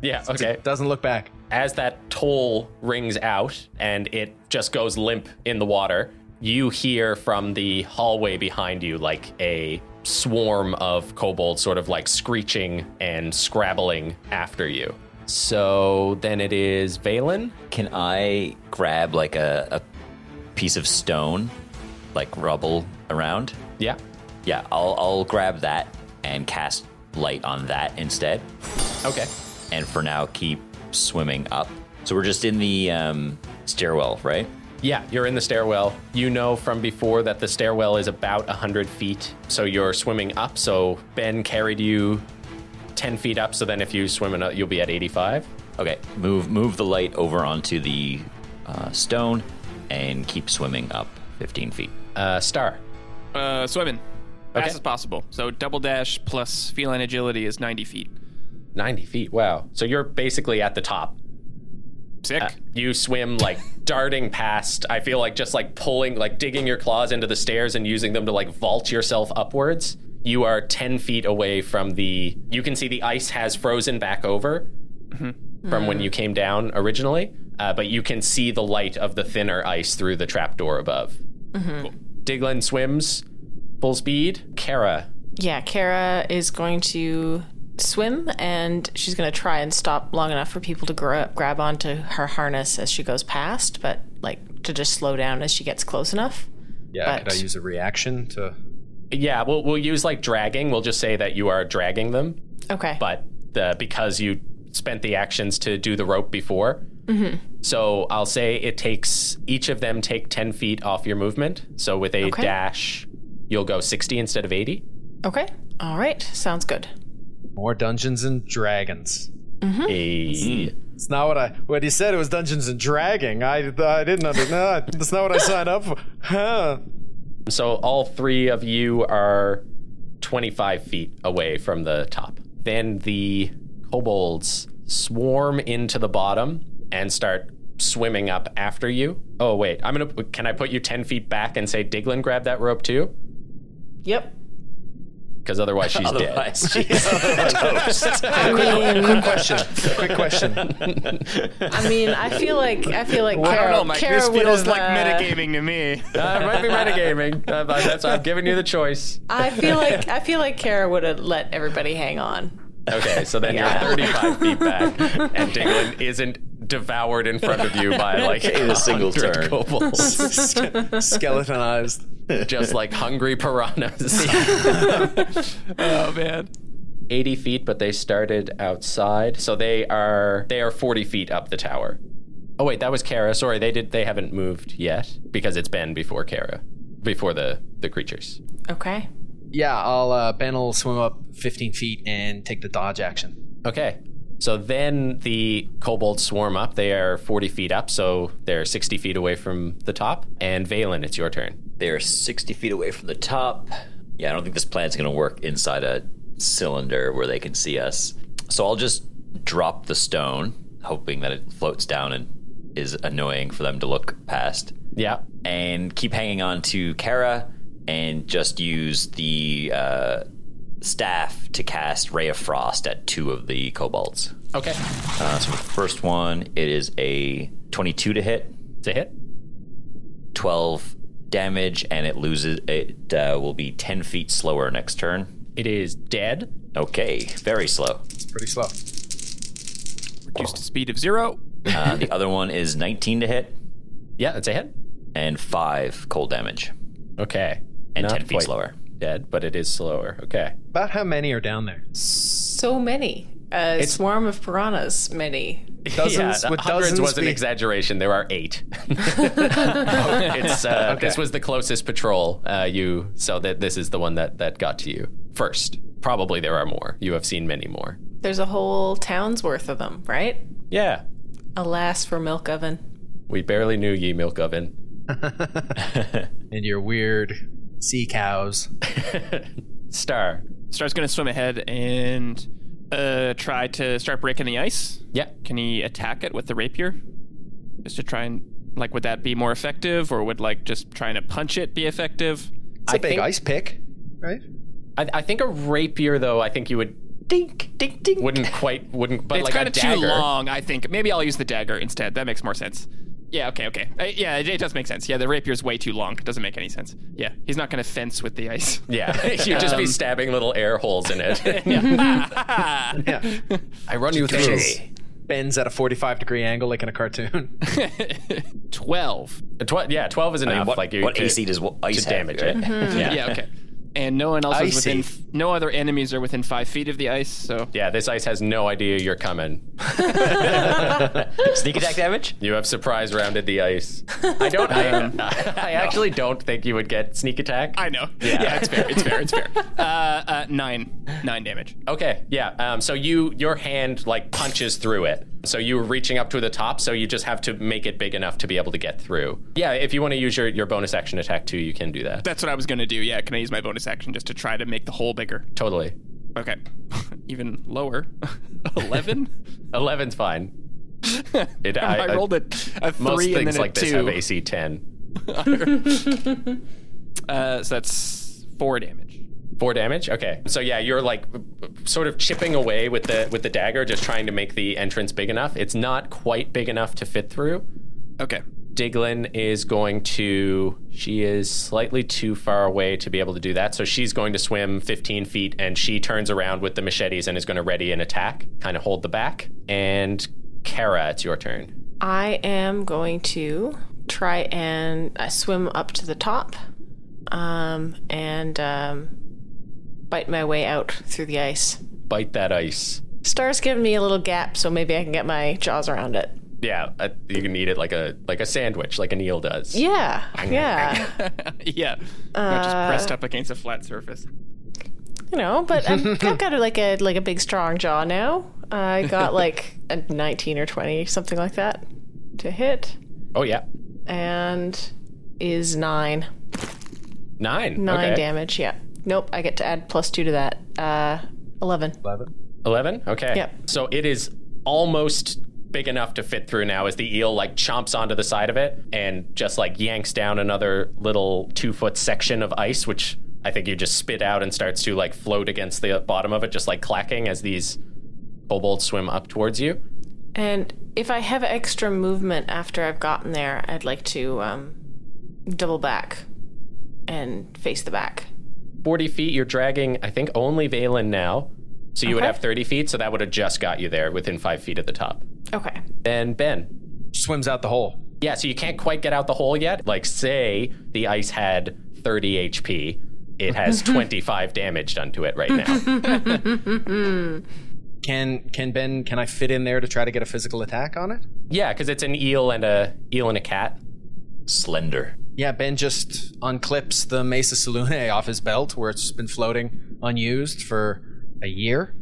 Yeah, okay.
Doesn't look back.
As that toll rings out and it just goes limp in the water, you hear from the hallway behind you like a swarm of kobolds sort of like screeching and scrabbling after you. So then it is Valen.
Can I grab like a, a piece of stone, like rubble around?
Yeah.
Yeah, I'll, I'll grab that and cast light on that instead.
Okay.
And for now, keep swimming up. So we're just in the um, stairwell, right?
Yeah, you're in the stairwell. You know from before that the stairwell is about 100 feet, so you're swimming up. So Ben carried you 10 feet up, so then if you swim another, you'll be at 85.
Okay, move move the light over onto the uh, stone and keep swimming up 15 feet.
Uh, Star.
Uh, swimming. Fast
Okay.
as possible. So double dash plus feline agility is 90 feet.
90 feet. Wow. So you're basically at the top.
Sick.
Uh, you swim like darting past. I feel like just like pulling, like digging your claws into the stairs and using them to like vault yourself upwards. You are 10 feet away from the. You can see the ice has frozen back over from when you came down originally, uh, but you can see the light of the thinner ice through the trapdoor above.
Mm-hmm.
Diglin swims full speed. Kara,
Yeah, Kara is going to swim and she's going to try and stop long enough for people to gr- grab onto her harness as she goes past, but like to just slow down as she gets close enough.
Yeah, could
But-
I use a reaction to?
yeah, we'll, we'll use like dragging. We'll just say that you are dragging them.
Okay.
but the because you spent the actions to do the rope before. So I'll say it takes each of them take ten feet off your movement. So with a
Okay.
dash, you'll go sixty instead of eighty.
okay. All right. Sounds good.
More Dungeons and Dragons.
Eh,
It's not what I. What he said it was Dungeons and Dragging. I I didn't understand. No, that's not what I signed up for. Huh.
So all three of you are twenty-five feet away from the top. Then the kobolds swarm into the bottom and start swimming up after you. Oh wait, I'm gonna. Can I put you ten feet back and say Diglin grab that rope too?
Yep.
Because otherwise she's dead.
Otherwise, she's toast.
Quick question. Quick question.
I mean, I feel like I feel like
I
Kara,
don't know, Mike.
Kara
this
would
feels
have,
like
uh,
metagaming to me.
Uh, it might be metagaming. Uh, but that's I'm giving you the choice.
I feel like I feel like Kara would have let everybody hang on.
Okay, so then
Yeah.
you're 35 feet back, and Diglin isn't devoured in front of you by like
In a single
100
turn.
kobolds,
Skeletonized.
just like hungry piranhas.
oh man.
80 feet, but they started outside, so they are they are 40 feet up the tower. Oh wait, that was Kara. Sorry, they did they haven't moved yet because it's been before Kara, before the the creatures.
Okay.
Yeah, I'll uh, Ben will swim up 15 feet and take the dodge action.
Okay. So then the kobolds swarm up. They are 40 feet up, so they're 60 feet away from the top. And Valen, it's your turn.
They're 60 feet away from the top. Yeah, I don't think this plan's going to work inside a cylinder where they can see us. So I'll just drop the stone, hoping that it floats down and is annoying for them to look past,
Yeah.
and keep hanging on to Kara and just use the uh, staff to cast Ray of Frost at two of the kobolds.
Okay.
Uh, so with the first one, it is a 22 to hit.
It's a hit.
12 damage and it loses it uh, will be 10 feet slower next turn
It is dead.
okay very slow
Pretty slow.
Reduced to speed of zero.
uh, the other one is 19 to hit
Yeah, it's a hit.
and 5 cold damage
Okay.
and
Not
10 feet
quite
slower
Dead, but it is slower. Okay.
About how many are down there?
So many. A swarm of piranhas. Many.
Dozens-
yeah,
would
hundreds
dozens
was an
be-
exaggeration. There are eight. it's, uh, This was the closest patrol uh, you, so that this is the one that, that got to you first. Probably there are more. You have seen many more.
There's a whole town's worth of them, right?
Yeah.
Alas for milk oven.
We barely knew ye, Milk Oven.
And your weird sea cows.
Star.
Star's gonna swim ahead and uh, try to start breaking the ice.
Yeah.
Can he attack it with the rapier? Just to try and like, would that be more effective, or would like just trying to punch it be effective?
It's a
I
big
think-
ice pick, right?
I, I think a rapier, though. I think you would dink, dink, dink. Wouldn't quite wouldn't, but
it's
like
kind
a
of
dagger.
too long. I think maybe I'll use the dagger instead. That makes more sense. Yeah. Okay. Okay. Uh, yeah. It, it does make sense. Yeah. The rapier's way too long. It doesn't make any sense. Yeah. He's not gonna fence with the ice.
Yeah, Um, you'd just
Um,
be stabbing little air holes in it.
Yeah.
I run you through.
Bends at a 45 degree angle like in a cartoon.
Twelve.
Tw- yeah, twelve is enough.
what,
like you,
what
to,
ac does what ice
to damage
have,
it.
right?
Yeah.
Mm-hmm. Yeah.
yeah,
Okay. And no one else is
Icy.
within. No other enemies are within five feet of the ice. So
This ice has no idea you're coming.
sneak attack damage
You have surprise rounded the ice. I don't. I, um, I actually don't think you would get sneak attack.
I know. Yeah. it's fair. It's fair. It's fair. Uh, uh, nine. Nine damage.
Okay, yeah. Um, so you your hand like punches through it. So you were reaching up to the top, so you just have to make it big enough to be able to get through. Yeah, if you want to use your, your bonus action attack too, you can do that.
That's what I was gonna do. Yeah. Can I use my bonus action just to try to make the hole bigger?
Totally.
Okay. even lower. 11?
11's fine. It-
I,
I- I-
rolled a, a
Most
three and
things
then
like
a
this have
two.
AC 10.
uh, so that's four damage.
Four damage. Okay, so yeah, you're like sort of chipping away with the with the dagger, just trying to make the entrance big enough. It's not quite big enough to fit through.
Okay.
Diglin is going to. She is slightly too far away to be able to do that, so she's going to swim 15 feet, and she turns around with the machetes and is going to ready an attack, kind of hold the back. And Kara, it's your turn.
I am going to try and uh, swim up to the top um, and um, bite my way out through the ice.
Bite that ice.
Star's giving me a little gap, so maybe I can get my jaws around it.
Yeah, uh, you can eat it like a like a sandwich, like an eel does.
Yeah, yeah. Uh,
yeah. Not just pressed up against a flat surface.
You know, but I'm, I've got a, like a like a big strong jaw now. I got like a 19 or 20, something like that, to hit,
Oh yeah,
and is nine.
nine.
Nine
okay.
damage. Yeah. Nope. I get to add plus two to that. Uh, eleven.
11 okay
Yep.
so it is almost big enough to fit through now as the eel like chomps onto the side of it and just like yanks down another little two foot section of ice which i think you just spit out and starts to like float against the bottom of it just like clacking as these kobolds swim up towards you
And if I have extra movement after I've gotten there, I'd like to um, double back and face the back.
40 feet you're dragging i think only valen now so you would
Okay.
have 30 feet so that would have just got you there within five feet of the top
Okay.
then ben
Swims out the hole.
Yeah, so you can't quite get out the hole yet. Like, say the ice had 30 HP, it has 25 damage done to it right now.
Can can Ben? Can I fit in there to try to get a physical attack on it?
yeah, because it's an eel and a eel and a cat.
Slender.
Yeah, Ben just unclips the Mesa Salune off his belt where it's been floating unused for a year.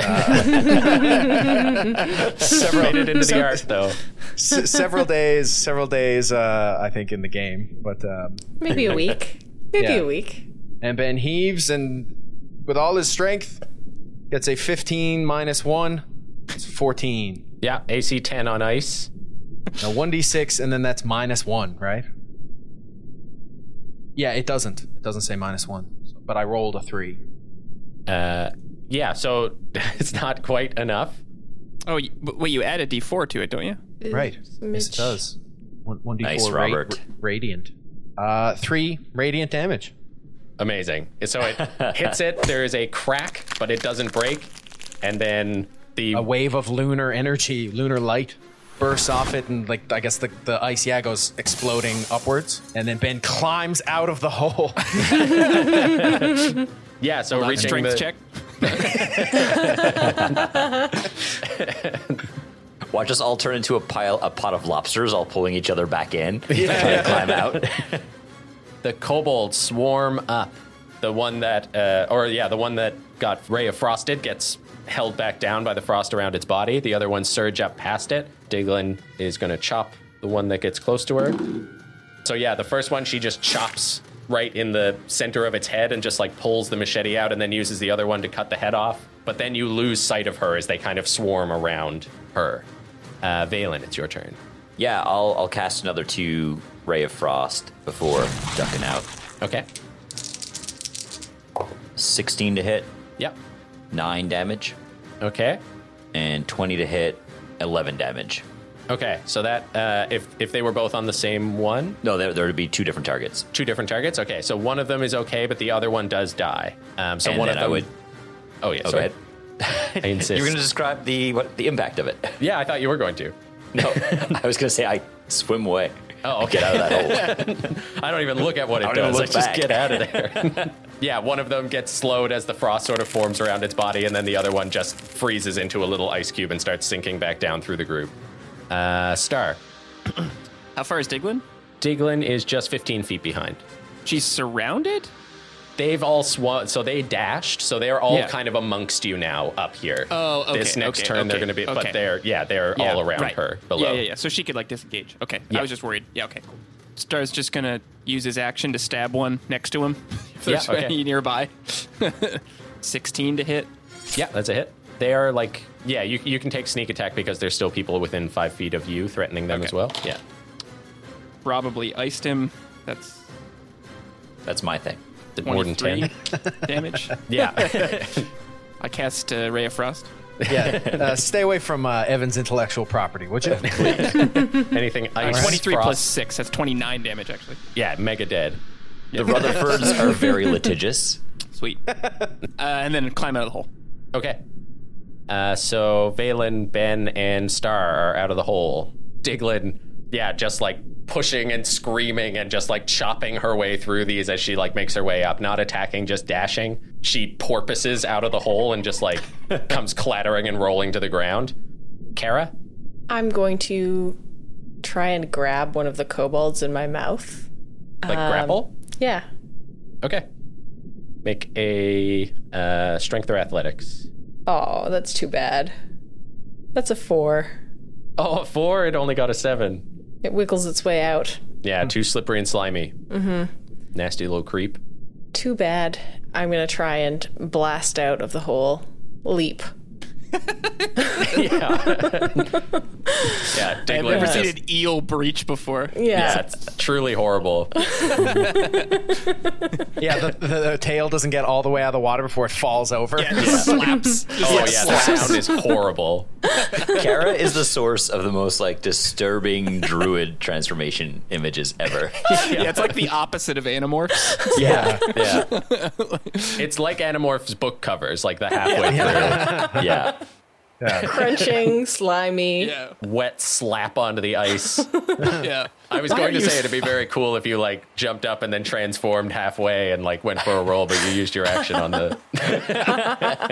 Uh,
Separated into the art, though.
S- several days, several days, uh, I think, in the game. But um,
Maybe a week. Maybe
Yeah.
a week.
and Ben heaves and with all his strength gets a 15 minus one. It's 14.
Yeah, AC 10 on ice.
Now 1d6 and then that's minus one, right? Yeah, it doesn't. It doesn't say minus one, but I rolled a three.
Uh, yeah, so it's not quite enough.
Oh, you, but wait, you add a d4 to it, don't you?
Right. Yes, it does. One, one d4
Nice,
ra-
Robert.
ra- radiant. Uh, three radiant damage.
Amazing. So it hits it. There is a crack, but it doesn't break. And then the
A wave of lunar energy, lunar light, bursts off it, and like I guess the, the ice yeah goes exploding upwards, and then Ben climbs out of the hole.
yeah, so reaching
Strength
the,
check.
Watch us all turn into a pile, a pot of lobsters, all pulling each other back in, trying to climb out.
the kobold swarm up. The one that, uh, or yeah, the one that got Ray of Frosted gets held back down by the frost around its body. The other ones surge up past it. Diglin is going to chop the one that gets close to her. So yeah, the first one she just chops right in the center of its head and just like pulls the machete out and then uses the other one to cut the head off. But then you lose sight of her as they kind of swarm around her. Uh, Valen, it's your turn.
Yeah, I'll I'll cast another two ray of frost before ducking out.
Okay.
Sixteen to hit,
Yep.
nine damage,
Okay.
and twenty to hit, eleven damage.
Okay, so that uh, if if they were both on the same one,
No, there there would be two different targets.
two different targets. Okay, so one of them is okay, but the other one does die. Um, so
And
one
then
of
I
them.
would.
oh yeah,
Oh,
sorry.
go
I insist.
You were going to describe the what the impact of it.
yeah, I thought you were going to.
No, I was going to say I swim away.
Oh, okay.
Get out of that hole.
I don't even look at what it
don't even
does. I
look
just
back.
get out of there. yeah, one of them gets slowed as the frost sort of forms around its body, and then the other one just freezes into a little ice cube and starts sinking back down through the group. Uh, Star.
How far is Diglin?
Diglin is just 15 feet behind.
She's surrounded?
They've all swum, so they dashed, so they're all
Yeah.
kind of amongst you now up here.
Oh, okay,
This next
okay,
turn, they're
okay,
going to be,
okay.
but they're yeah, they're all around
right.
her below.
Yeah, yeah, yeah. So she could like disengage. Okay.
Yeah.
I was just worried. Yeah, okay, cool. Star's just gonna use his action to stab one next to him. if
Yeah,
there's
okay.
any nearby. Sixteen to hit.
Yeah, that's a hit. They are like, yeah, you, you can take sneak attack because there's still people within five feet of you threatening them as well. Yeah.
Probably iced him. That's
That's my thing.
Did more than
23
10.
damage.
Yeah.
I cast uh, Ray of Frost.
Yeah. uh, stay away from uh, Evan's intellectual property, would you?
Anything ice.
23
frost.
Uh, plus 6. That's 29 damage, actually.
Yeah, mega dead.
The Rutherfords are very litigious.
Sweet. uh, and then climb out of the hole.
Okay. Uh, so Valen, Ben, and Star are out of the hole. Diglin, yeah, just like pushing and screaming and just like chopping her way through these as she like makes her way up, not attacking, just dashing. She porpoises out of the hole and just like comes clattering and rolling to the ground. Kara?
I'm going to try and grab one of the kobolds in my mouth. Um,
Like grapple?
Yeah.
Okay. Make a uh, strength or athletics.
Oh, that's too bad. That's a four.
Oh, a four, it only got a seven.
It wiggles its way out.
Yeah, too slippery and slimy. Mm-hmm. Nasty little creep.
Too bad. I'm going to try and blast out of the hole. Leap.
Yeah,
I've
Diglin
never
just
seen an e- eel breach before.
Yeah, it's truly horrible.
yeah, the, the, the tail doesn't get all the way out of the water before it falls over.
Slaps.
oh yeah, the sound is horrible.
Kara is the source of the most like disturbing druid transformation images ever.
Yeah, it's like the opposite of Animorphs.
Yeah, yeah. It's like Animorphs book covers, like the halfway
yeah.
Crunching, slimy.
Yeah.
through wet slap onto the ice.
Yeah.
I was going to say it'd be very cool if you like jumped up and then transformed halfway and like went for a roll, but you used your action on the. and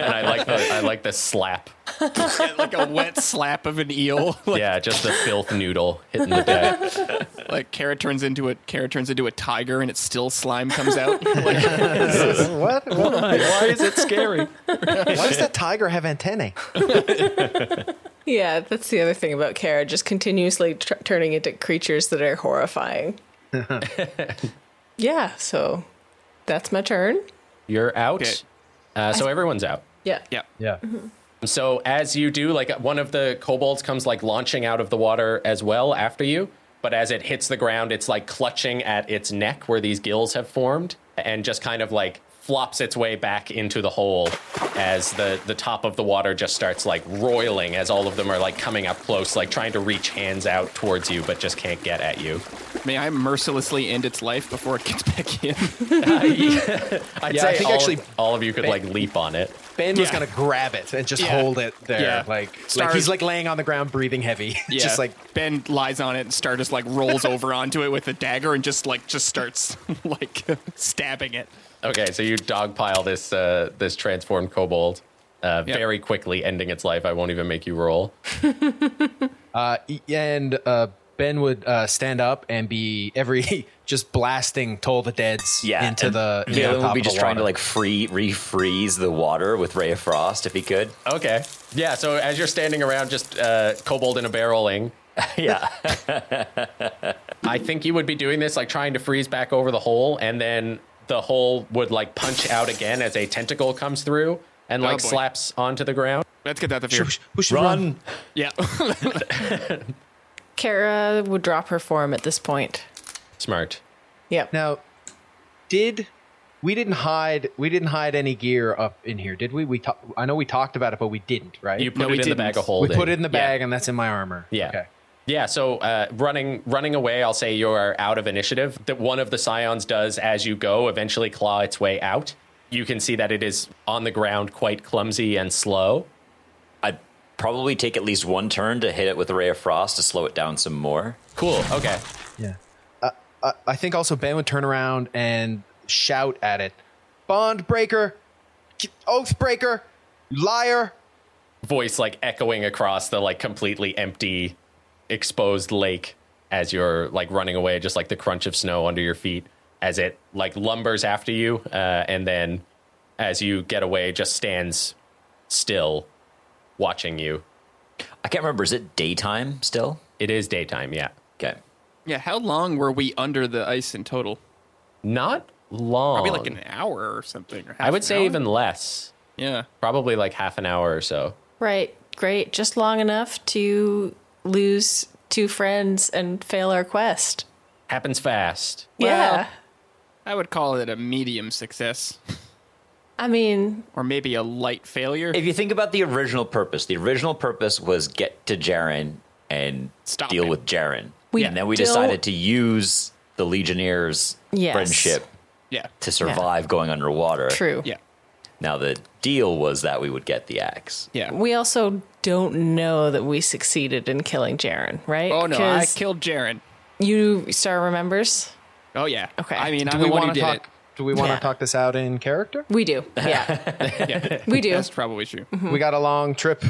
I like the I like the slap.
like a wet slap of an eel. Like,
Yeah, just the filth noodle hitting the deck.
like carrot turns into a carrot turns into a tiger and it's still slime comes out. Like,
what? what?
Why is it scary?
Why does that tiger have antennae?
Yeah, that's the other thing about Kara, just continuously tr- turning into creatures that are horrifying. yeah, so that's my turn.
You're out.
Okay.
Uh, so everyone's out.
Yeah.
yeah.
Yeah.
Mm-hmm.
So as you do, like one of the kobolds comes like launching out of the water as well after you, but as it hits the ground, it's like clutching at its neck where these gills have formed, and just kind of like flops its way back into the hole as the the top of the water just starts like roiling as all of them are like coming up close, like trying to reach hands out towards you, but just can't get at you.
May I mercilessly end its life before it gets back in?
I'd
Yeah,
say
I think
all,
actually-
all of you could like leap on it.
Ben was
Yeah.
gonna grab it and just
Yeah.
hold it there,
Yeah.
like, like
Stars-
he's like laying on the ground, breathing heavy, just like
Ben lies on it and Star just like rolls over onto it with a dagger and just like just starts like stabbing it.
Okay, so you dogpile this uh, this transformed kobold uh,
Yep.
very quickly, ending its life. I won't even make you roll.
and uh, Ben would uh, stand up and be every just blasting toll the deads
Yeah.
into
and
the into the
Galen
top
would be
of
just
the
trying to
water.
like free refreeze the water with Ray of Frost if he could.
Okay, yeah. So as you're standing around, just uh, kobold in a barreling,
yeah.
I think you would be doing this like trying to freeze back over the hole, and then the hole would like punch out again as a tentacle comes through and
Oh,
like
boy.
slaps onto the ground.
Let's get that the fear.
we should run.
Yeah.
Kara would drop her form at this point.
Smart.
Yep.
Now, did we didn't hide we didn't hide any gear up in here, did we? We ta- I know we talked about it, but we didn't, right?
You put
No,
it
we
in the
didn't.
bag of
We
we
holding.
put it in the
Yeah.
bag, and that's in my armor.
Yeah.
Okay.
Yeah, so uh, running running away, I'll say you're out of initiative. That one of the scions does as you go, eventually claw its way out. You can see that it is on the ground, quite clumsy and slow.
Oh. I'd probably take at least one turn to hit it with a Ray of Frost to slow it down some more.
Cool. Okay.
Yeah. Uh, I, I think also Ben would turn around and shout at it, "Bond breaker, K- oath breaker, liar!"
Voice like echoing across the like completely empty, exposed lake as you're like running away, just like the crunch of snow under your feet as it like lumbers after you, uh, and then as you get away, just stands still, watching you.
I can't remember. Is it daytime still?
It is daytime. Yeah.
Okay.
yeah. How long were we under the ice in total?
Not long.
Probably like an hour or something. Or half
I would
an
say
hour?
even less.
Yeah.
Probably like half an hour or so.
Right. Great. Just long enough to lose two friends and fail our quest.
Happens fast.
yeah.
I would call it a medium success,
I mean,
or maybe a light failure.
If you think about the original purpose, the original purpose was get to Jaren and
Stop
deal
him.
with Jaren.
We
and then we
don't-
decided to use the Legionnaires'
Yes.
friendship
yeah.
to survive going underwater.
true.
Yeah.
Now the deal was that we would get the axe.
Yeah.
We also don't know that we succeeded in killing Jaren, right?
oh no, I
'Cause
killed Jaren.
You Star remembers?
Oh yeah.
Okay.
I mean,
Do
I'm
Do
the
we
one who
want to
did
talk? Do we want to talk this out in character?
We do. Yeah.
it. Yeah.
we do. Mm-hmm.
That's probably true.
We got a long trip.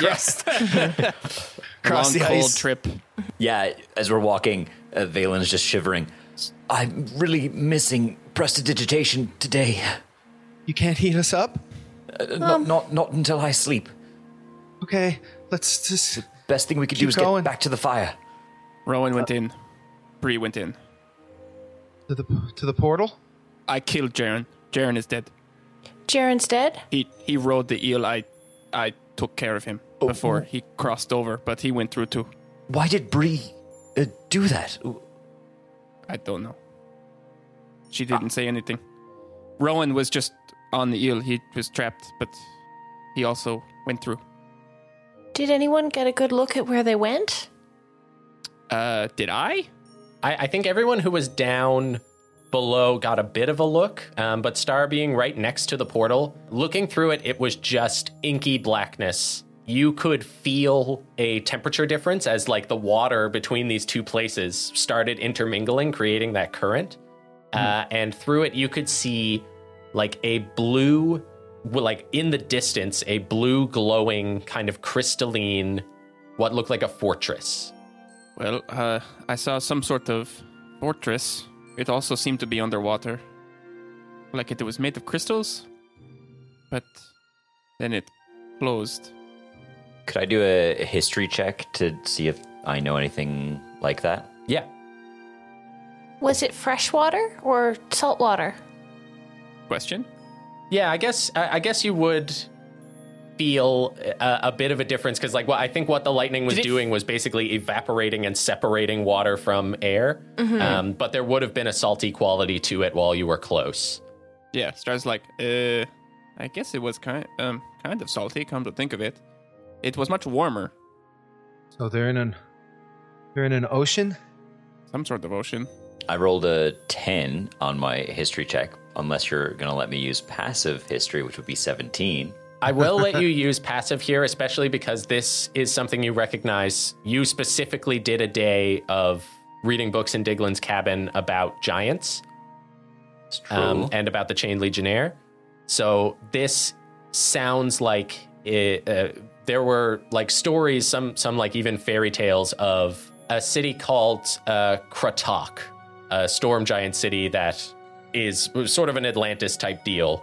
Yes. Long
Across the
cold
ice.
trip.
Yeah, as we're walking, uh, Valen's just shivering. I'm really missing prestidigitation today.
You can't heat us up. Um.
Uh, not, not not until I sleep.
Okay, let's just.
Best thing we could do
Keep
is
going.
get back to the fire.
Rowan went in. Bree went in.
To the, to the portal?
I killed Jaren. Jaren is dead.
Jaren's dead?
He he rode the eel. I I took care of him before he crossed over, but he went through too.
Why did Bree uh, do that?
I don't know. She didn't say anything. Rowan was just on the eel. He was trapped, but he also went through.
Did anyone get a good look at where they went?
Uh, did I?
I, I think everyone who was down below got a bit of a look, um, but Star being right next to the portal, looking through it, it was just inky blackness. You could feel a temperature difference as like the water between these two places started intermingling, creating that current.
Hmm.
Uh, and through it, you could see like a blue, well, like in the distance, a blue glowing kind of crystalline, what looked like a fortress.
Well, uh, I saw some sort of fortress. It also seemed to be underwater, like it was made of crystals. But then it closed.
Could I do a history check to see if I know anything like that?
Yeah.
Was it fresh water or salt water?
Question.
Yeah, I guess I I guess you would feel a, a bit of a difference because, like, what I think what the lightning was doing was basically evaporating and separating water from air. Um, but there would have been a salty quality to it while you were close.
Yeah, Star's like, uh, I guess it was kind um kind of salty. Come to think of it, it was much warmer.
So they're in an. They're in an ocean?
Some sort of ocean.
I rolled a 10 on my history check, unless you're going to let me use passive history, which would be 17.
I will let you use passive here, especially because this is something you recognize. You specifically did a day of reading books in Diglin's cabin about giants.
It's true.
um, and about the Chain Legionnaire. So this sounds like it, uh, there were like stories, some some like even fairy tales of a city called uh, Kratok, a storm giant city that is sort of an Atlantis type deal,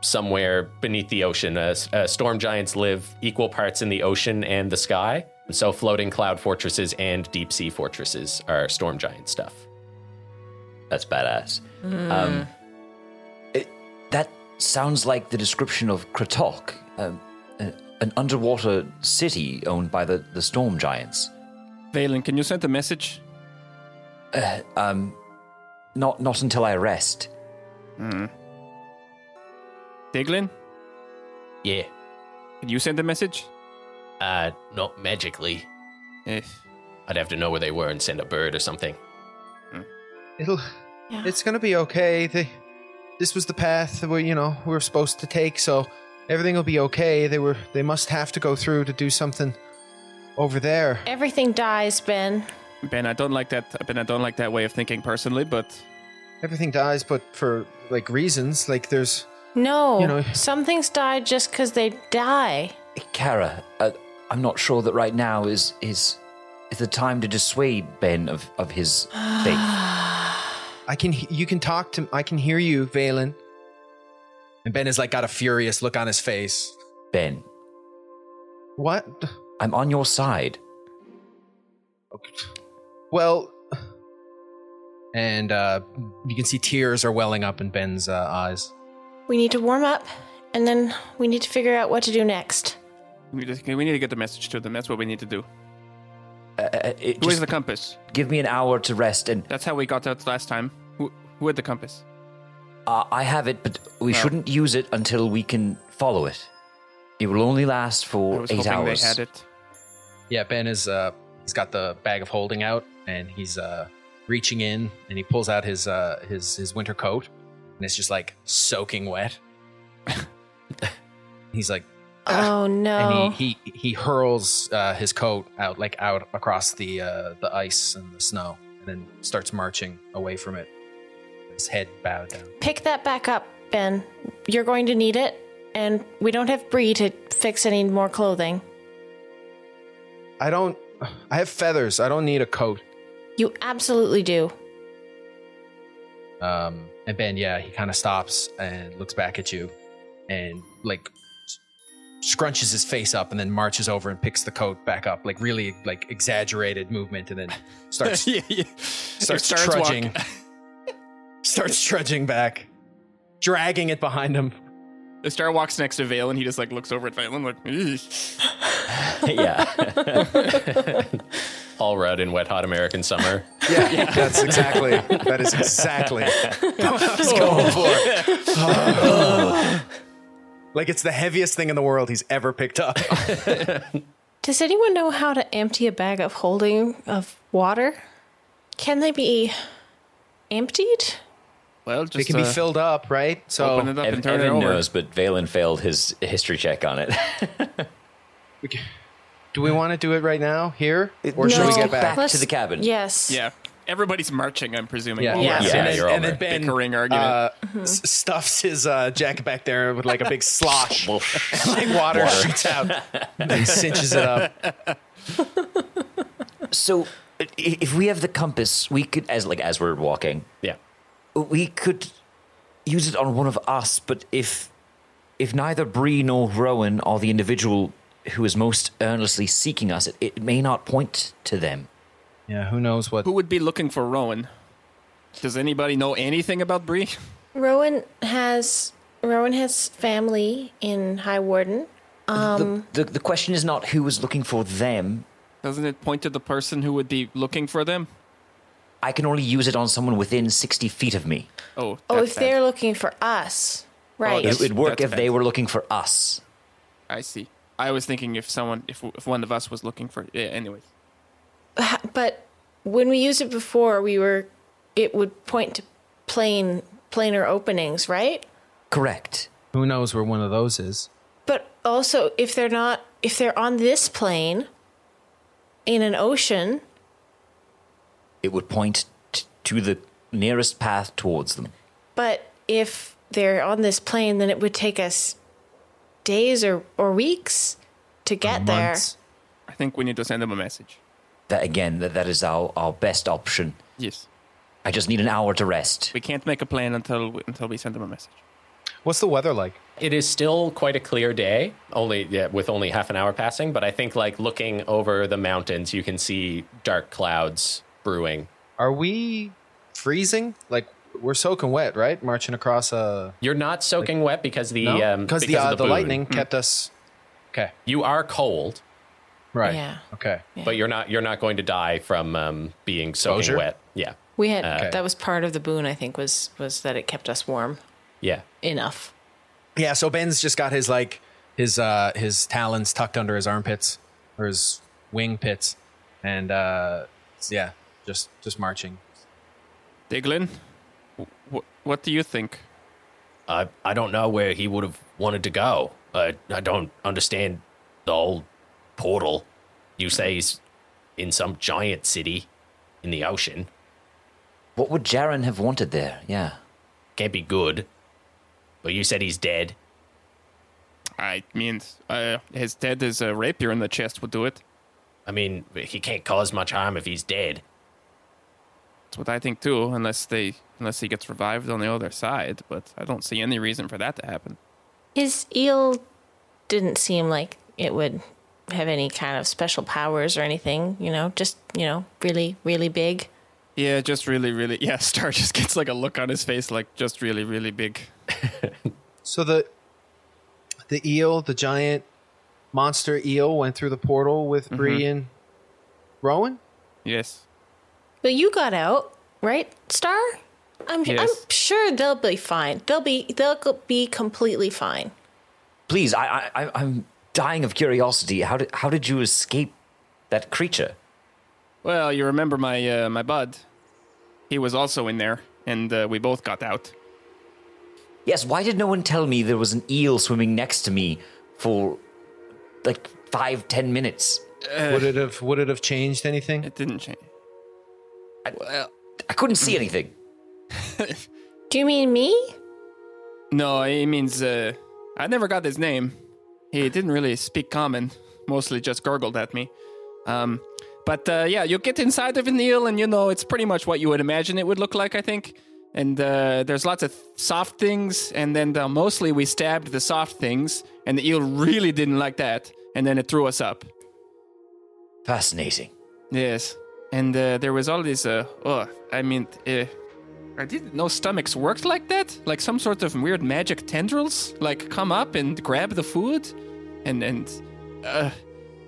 somewhere beneath the ocean. Uh, s- uh, storm giants live equal parts in the ocean and the sky. So floating cloud fortresses and deep sea fortresses are storm giant stuff.
That's badass.
Mm.
Um, it- that sounds like the description of Kratok, um, a- an underwater city owned by the, the storm giants.
Valen, can you send a message?
Um, not, not until I rest.
Mm. Diglin,
Yeah,
can you send a message?
uh, not magically.
If
I'd have to know where they were and send a bird or something.
It'll.
Yeah.
It's gonna be okay. They, this was the path that we, you know, we were supposed to take, so everything will be okay. They were. They must have to go through to do something over there.
Everything dies, Ben.
Ben, I don't like that. Ben, I don't like that way of thinking personally, but
Everything dies, but for like reasons. Like there's.
No.
You know-
Some things die just because they die.
Kara, uh, I'm not sure that right now is is is the time to dissuade Ben of, of his faith.
I can. he- You can talk to. I can hear you, Valen. And Ben has like got a furious look on his face.
ben,
What?
I'm on your side.
Well. And uh, you can see tears are welling up in Ben's uh, eyes.
We need to warm up
and then we need to figure out what to do next.
We, just, we need to get the message to them. That's what we need to do.
Uh, It-
Where's
just
the compass?
give me an hour to rest, and
That's how we got out last time. Who, who had the compass?
uh, I have it, but we
Oh.
shouldn't use it until we can follow it. It will only last
I
for
was
eight
hoping
hours.
they had it.
Yeah, Ben is uh he's got the bag of holding out and he's uh reaching in and he pulls out his uh his his winter coat and it's just like soaking wet. he's like
Ah,
Oh no.
and he, he he hurls uh, his coat out like out across the uh, the ice and the snow and then starts marching away from it. His head bowed down.
Pick that back up, Ben. You're going to need it, and we don't have Bree to fix any more clothing.
I don't. I have feathers. I don't need a coat.
You absolutely do.
Um, and Ben, yeah, he kind of stops and looks back at you and like s- scrunches his face up and then marches over and picks the coat back up, like really like exaggerated movement and then starts
yeah, yeah.
starts,
Starts
trudging.
walking.
starts trudging back, dragging it behind him.
The star walks next to Valen. He just like looks over at Valen like, "Eesh."
yeah.
All red in wet hot American summer.
Yeah, that's exactly. That is exactly.
Oh.
like it's the heaviest thing in the world he's ever picked up.
Does anyone know how to empty a bag of holding of water? Can they be emptied?
well, just
It can be
uh,
filled up, right? So
open it up
Ev-
and turn it
Evan
over.
knows, but Valen failed his history check on it.
Do we want to do it right now here, or
No.
should we
Let's
get back?
Back to the cabin.
Yes.
Yeah, everybody's marching. I'm presuming.
Yeah.
All
Yeah.
we're
Yeah,
seeing
you're all
is
right.
Ben,
bickering argument.
uh,
Mm-hmm.
s- stuffs his uh, jacket back there with like a big slosh.
Whoosh.
like water, shoots out and cinches it up.
so, i- if we have the compass, we could, as like as we're walking,
Yeah.
we could use it on one of us, but if if neither Bree nor Rowan are the individual who is most earnestly seeking us, it, it may not point to them.
Yeah, who knows what?
Who would be looking for Rowan? Does anybody know anything about Bree?
Rowan has Rowan has family in High Warden. Um,
The, the question is not who is looking for them.
Doesn't it point to the person who would be looking for them?
I can only use it on someone within 60 feet of me.
Oh,
Oh,
that's
if
bad. Oh,
they're looking for us, right?
It
that's-
would work
that's
if they
bad.
were looking for us.
I see. I was thinking if someone, if if one of us was looking for. Yeah, anyways.
but when we used it before, we were it would point to plain planar openings, right?
Correct.
Who knows where one of those is?
But also, if they're not, if they're on this plane in an ocean,
It would point t- to the nearest path towards them.
but if they're on this plane, then it would take us days or, or weeks to get there.
Months.
I think we need to send them a message.
That again, that, that is our, our best option.
Yes,
I just need an hour to rest.
we can't make a plan until we, until we send them a message.
What's the weather like?
It is still quite a clear day, only yeah, with only half an hour passing. But I think like looking over the mountains, you can see dark clouds brewing.
Are we freezing? Like we're soaking wet, right? Marching across a
You're not soaking wet because the
no?
um,
because the
of
uh, the
boon.
lightning
Hmm.
kept us. Okay,
You are cold,
right.
Yeah.
Okay.
but you're not you're not going to die from um, being soaking
Exposure?
wet. Yeah,
We had
Uh,
Okay.
that was part of the boon. I think was was that it kept us warm
yeah.
enough.
Yeah. So Ben's just got his like his uh his talons tucked under his armpits or his wing pits, and uh yeah, just just marching.
Diglin, wh- wh- what do you think?
I, I don't know where he would have wanted to go. I, I don't understand the whole portal. You say he's in some giant city in the ocean.
What would Jaren have wanted there? Yeah.
Can't be good. But you said he's dead.
I mean, uh, his dead is a rapier in the chest would do it.
I mean, he can't cause much harm if he's dead.
That's what I think too, unless they unless he gets revived on the other side. But I don't see any reason for that to happen.
His eel didn't seem like it would have any kind of special powers or anything, you know, just, you know, really, really big.
Yeah, just really, really. Yeah, Star just gets like a look on his face, like just really, really big.
So the the eel, the giant monster eel, went through the portal with Bree and Rowan.
Yes.
But you got out, right, Star? I'm
Yes.
I'm sure they'll be fine. They'll be they'll co- be completely fine.
Please, I, I, I- I'm dying of curiosity. How did, how did you escape that creature?
Well, you remember my uh, my bud. He was also in there, and uh, we both got out.
Yes, why did no one tell me there was an eel swimming next to me for like five, ten minutes?
would
Uh,
it have Would it have changed anything?
It didn't change.
I couldn't see anything.
Do you mean me?
No, he means uh, I never got his name. He didn't really speak common, mostly just gurgled at me. Um, but uh, yeah, you get inside of an eel, and you know it's pretty much what you would imagine it would look like, I think. And uh, there's lots of soft things, and then uh, mostly we stabbed the soft things, and the eel really didn't like that, and then it threw us up.
Fascinating.
Yes, and uh, there was all this. Uh, oh, I mean, uh, I didn't know stomachs worked like that. Like some sort of weird magic tendrils, like come up and grab the food, and and. Uh,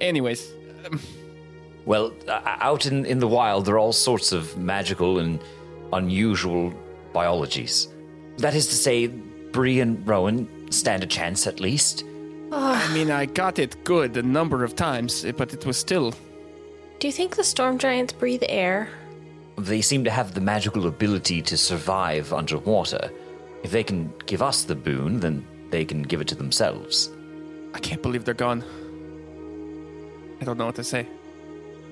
anyways,
Well, uh, out in, in the wild, there are all sorts of magical and unusual biologies. That is to say, Bree and Rowan stand a chance at least.
I mean, I got it good a number of times, eh, but it was still.
Do you think the storm giants breathe air?
They seem to have the magical ability to survive underwater. If they can give us the boon, then they can give it to themselves.
I can't believe they're gone. I don't know what to say.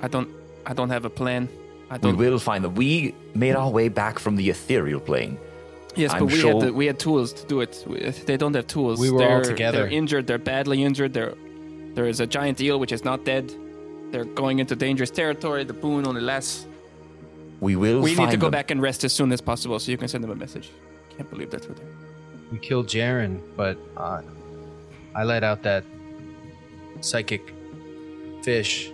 I don't. I don't have a plan. I
We
don't.
will find that we made our way back from the ethereal plane.
Yes,
I'm
but we
sure-
had the, we had tools to do it. We- They don't have tools.
We were all
they're,
together.
They're injured. They're badly injured. They're, there is a giant eel which is not dead. They're going into dangerous territory. The boon only lasts.
We will
We
find
need to go
them.
back and rest as soon as possible, so you can send them a message. Can't believe that's what they're.
We killed Jaren, but uh, I let out that psychic fish.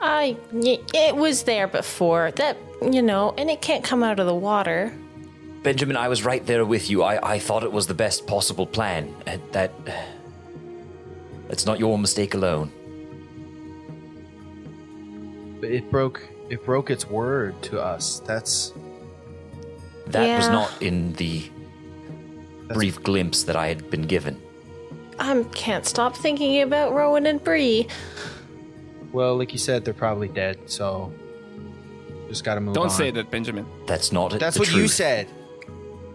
I y- it was there before. That you know, and it can't come out of the water.
Benjamin, I was right there with you. I, I thought it was the best possible plan. And that. That's not your mistake alone.
But it broke. It broke its word to us. That's
That was
Yeah.
not in the brief glimpse that I had been given.
I can't stop thinking about Rowan and Bree.
well, like you said, they're probably dead. So just gotta move.
Don't
on.
say that, Benjamin.
That's not it.
That's
the
what you
truth.
said.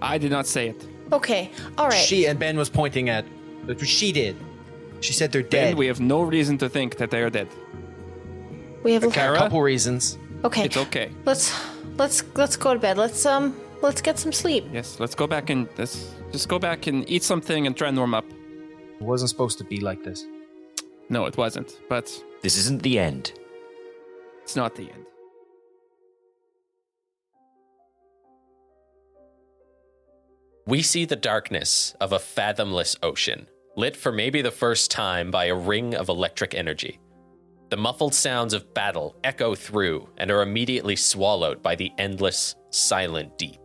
I did not say it.
Okay, all right.
She and Ben was pointing at. That's what she did. She said they're dead.
And we have no reason to think that they are dead.
we have
a
Kara?
couple reasons.
okay.
It's okay.
Let's let's let's go to bed. Let's um let's get some sleep.
Yes, let's go back and let's just go back and eat something and try and warm up.
It wasn't supposed to be like this.
No, it wasn't, but
This isn't the end.
it's not the end.
We see the darkness of a fathomless ocean, lit for maybe the first time by a ring of electric energy. The muffled sounds of battle echo through and are immediately swallowed by the endless, silent deep.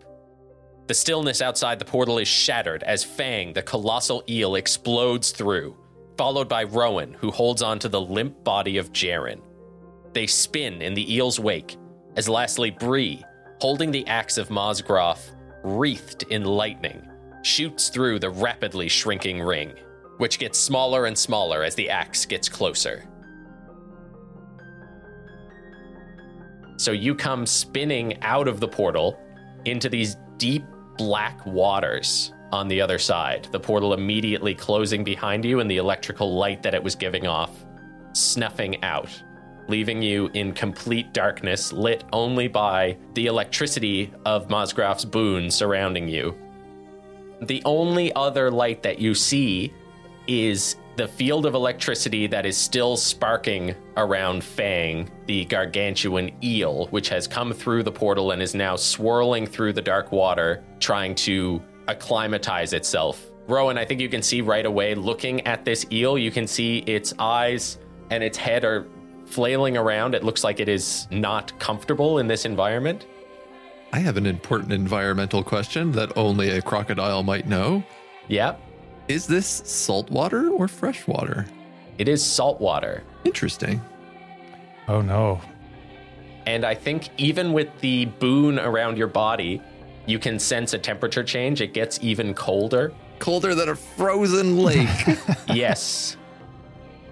The stillness outside the portal is shattered as Fang, the colossal eel, explodes through, followed by Rowan, who holds onto the limp body of Jaren. They spin in the eel's wake, as lastly Bree, holding the axe of Mosgroth, wreathed in lightning, shoots through the rapidly shrinking ring, which gets smaller and smaller as the axe gets closer. So you come spinning out of the portal into these deep black waters on the other side, the portal immediately closing behind you and the electrical light that it was giving off snuffing out, leaving you in complete darkness, lit only by the electricity of Mosgraf's boon surrounding you. The only other light that you see is the field of electricity that is still sparking around Fang, the gargantuan eel, which has come through the portal and is now swirling through the dark water, trying to acclimatize itself. Rowan, I think you can see right away looking at this eel, you can see its eyes and its head are flailing around. It looks like it is not comfortable in this environment.
I have an important environmental question that only a crocodile might know.
Yeah.
Is this salt water or fresh water?
It is salt water.
Interesting.
Oh no.
And I think even with the boon around your body, you can sense a temperature change. It gets even colder.
Colder than a frozen lake.
yes.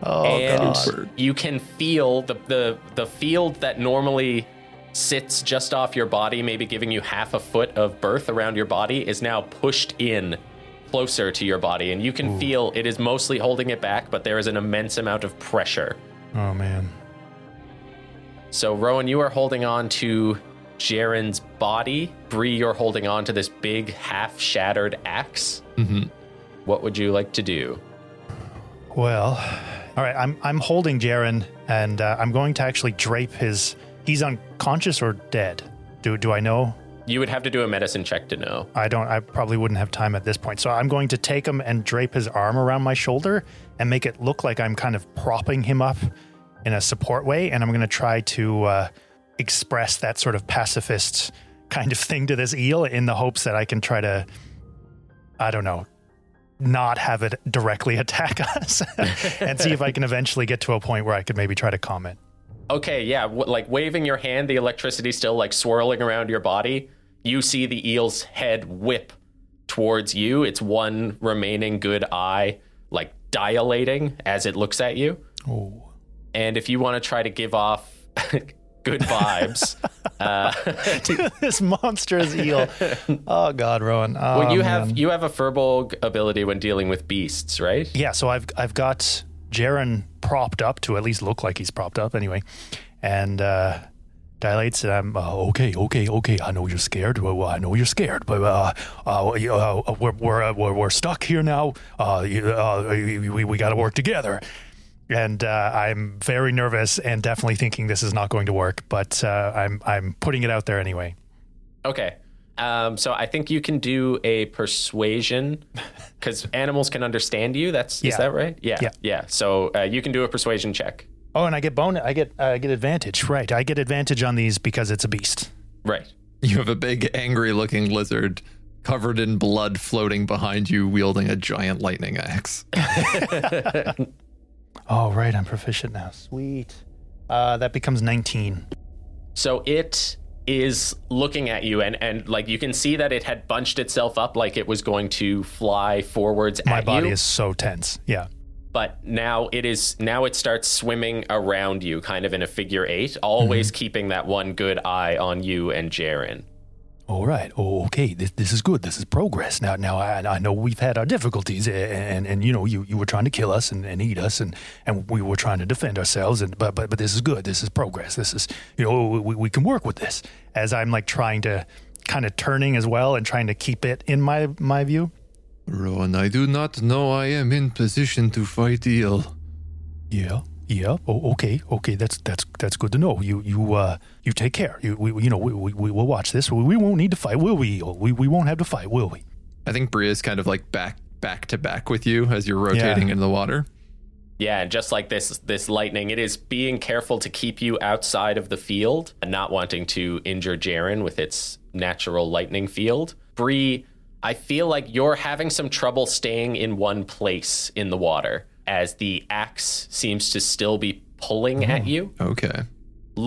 Oh,
and
God.
you can feel the, the the field that normally sits just off your body, maybe giving you half a foot of berth around your body, is now pushed in closer to your body, and you can feel it is mostly holding it back, but there is an immense amount of pressure.
Oh man.
So Rowan, you are holding on to Jaren's body. Bree, you're holding on to this big half-shattered axe.
Mhm.
What would you like to do?
Well, all right. I'm I'm holding Jaren, and uh, I'm going to actually drape his. He's unconscious or dead. Do do I know?
You would have to do a medicine check to know.
I don't. I probably wouldn't have time at this point. So I'm going to take him and drape his arm around my shoulder and make it look like I'm kind of propping him up in a support way. And I'm going to try to uh, express that sort of pacifist kind of thing to this eel in the hopes that I can try to, I don't know, not have it directly attack us and see if I can eventually get to a point where I could maybe try to calm it.
Okay, yeah, w- like waving your hand, the electricity still like swirling around your body. You see the eel's head whip towards you. Its one remaining good eye like dilating as it looks at you.
Oh.
And if you want to try to give off good vibes, uh,
this monstrous eel. Oh God, Rowan. Oh,
when you
man.
have you have a furbolg ability when dealing with beasts, right?
Yeah, so I've I've got Jaren propped up to at least look like he's propped up anyway, and uh, dilates. And I'm uh, okay, okay, okay. I know you're scared. Well, well, I know you're scared, but uh, uh, you- uh, we're, we're, uh, we're we're stuck here now. Uh, you- uh, we we, we got to work together. And uh, I'm very nervous and definitely thinking this is not going to work, but uh, I'm I'm putting it out there anyway.
Okay. Um, so I think you can do a persuasion because animals can understand you. That's
Yeah.
is that right? Yeah.
Yeah.
So uh, you can do a persuasion check.
Oh, and I get bone. I get uh, I get advantage. Right, I get advantage on these because it's a beast.
Right.
You have a big, angry looking lizard covered in blood floating behind you, wielding a giant lightning axe.
Oh, right. I'm proficient now. Sweet. Uh, that becomes 19.
So it is looking at you and and like you can see that it had bunched itself up like it was going to fly forwards
My
at
body
you.
is so tense. Yeah.
but now it is now it starts swimming around you kind of in a figure eight always keeping that one good eye on you and jaren
All right. Oh, okay. This, this is good. This is progress. Now, now I, I know we've had our difficulties, and, and, and you know, you, you were trying to kill us and, and eat us, and, and we were trying to defend ourselves. And but, but but this is good. This is progress. This is you know we, we can work with this. As I'm like trying to kind of turning as well and trying to keep it in my my view.
Rowan, I do not know I am in position to fight eel.
Yeah. Yeah. Oh, okay. Okay. That's that's that's good to know. You you uh you take care. You we you know we we, we will watch this. We, we won't need to fight, will we? Or We we won't have to fight, will we?
I think Bria's kind of like back back to back with you as you're rotating in the water.
yeah and just like this this lightning it is being careful to keep you outside of the field and not wanting to injure jaren with its natural lightning field bree i feel like you're having some trouble staying in one place in the water as the axe seems to still be pulling
Mm-hmm.
Mm-hmm.
at you
Okay.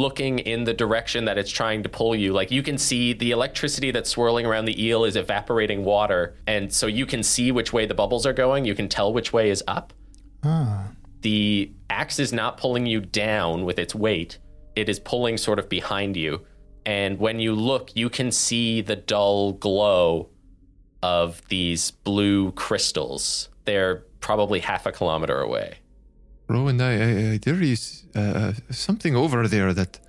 looking in the direction that it's trying to pull you. Like you can see the electricity that's swirling around the eel is evaporating water. And so you can see which way the bubbles are going. You can tell which way is up. The axe is not pulling you down with its weight, it is pulling sort of behind you. And when you look, you can see the dull glow of these blue crystals. They're probably half a kilometer away.
Rowan, I, I, I there is uh, something over there that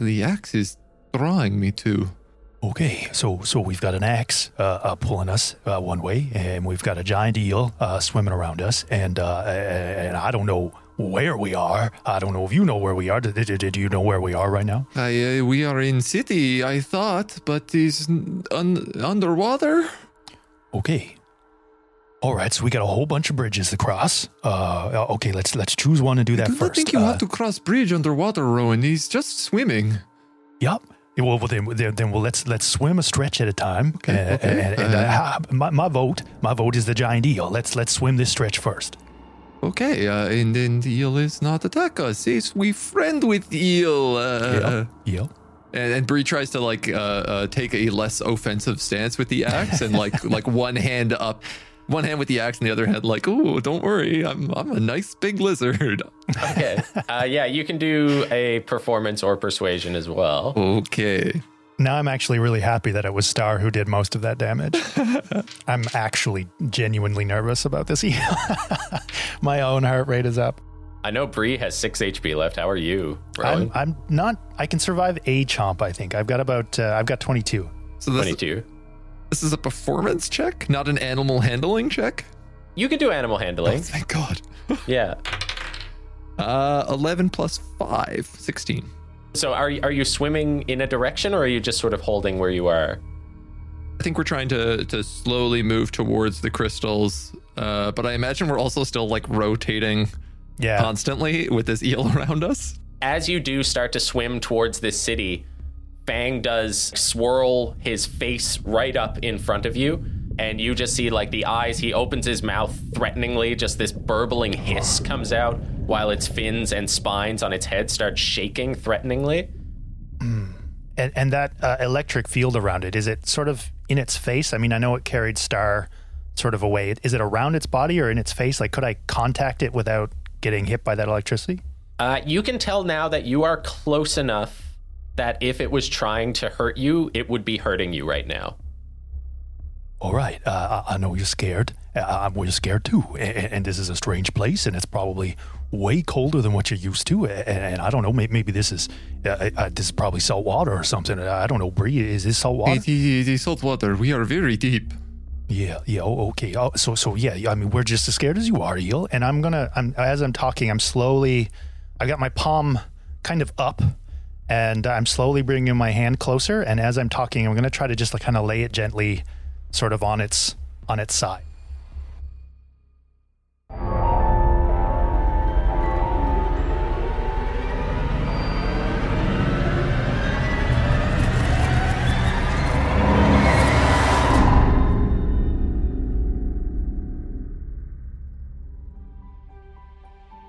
the axe is drawing me to.
Okay. So so we've got an axe uh, uh, pulling us uh, one way, and we've got a giant eel uh, swimming around us, and uh, and I don't know where we are. I don't know if you know where we are. Do, do, do- do you know where we are right now?
I, uh, we are in city, I thought, but is n- un- underwater.
Okay. All right, so we got a whole bunch of bridges to cross. Uh, okay, let's let's choose one and do that
Do
first.
not think you
Uh,
have to cross bridge underwater, Rowan. He's just swimming.
Yep. Yeah, Well, well, then, then, then well, let's let's swim a stretch at a time. Uh,
okay.
And, and, uh,
Uh,
ha- my, my vote, my vote is the giant eel. Let's let's swim this stretch first.
Okay, uh, and then the eel is not attack us. He's we friend with the eel. Uh,
Eel.
And, and Bree tries to like uh, uh, take a less offensive stance with the axe and like like one hand up, one hand with the axe and the other hand like, oh, don't worry, I'm I'm a nice big lizard.
Okay. Uh, yeah, you can do a performance or persuasion as well.
Okay.
Now I'm actually really happy that it was Star who did most of that damage. I'm actually genuinely nervous about this eel. my own heart rate is up.
I know Bree has six HP left. How are you, Rowan?
I'm, I'm not. I can survive a chomp. I think I've got about. Uh, I've got 22.
So this,
22.
This is a performance check, not an animal handling check.
You can do animal handling.
Oh, thank God.
yeah.
Uh, 11 plus 5, 16.
So are you- are you swimming in a direction, or are you just sort of holding where you are?
I think we're trying to to slowly move towards the crystals, uh, but I imagine we're also still like rotating
yeah.
constantly with this eel around us.
As you do start to swim towards this city, Fang does swirl his face right up in front of you, and you just see like the eyes. He opens his mouth threateningly, just this burbling hiss comes out while its fins and spines on its head start shaking threateningly.
And, and that uh, electric field around it, is it sort of in its face? I mean, I know it carried Star sort of away. Is it around its body or in its face? Like, could I contact it without getting hit by that electricity?
Uh, you can tell now that you are close enough that if it was trying to hurt you, it would be hurting you right now.
All right. Uh, I, I know you're scared. Uh, I'm we're scared too. A- a- And, this is a strange place, and it's probably way colder than what you're used to. A- a- And, I don't know. may- Maybe this is uh, uh, this is probably salt water or something. I don't know. Bree, is this salt water?
It is it is salt water. We are very deep.
Yeah, yeah, oh, okay. Oh, so, so yeah, yeah, I mean, we're just as scared as you are, Eel. And I'm gonna, I'm as I'm talking, I'm slowly, I got my palm kind of up, and I'm slowly bringing my hand closer. And as I'm talking, I'm gonna try to just like kind of lay it gently, sort of on its on its side.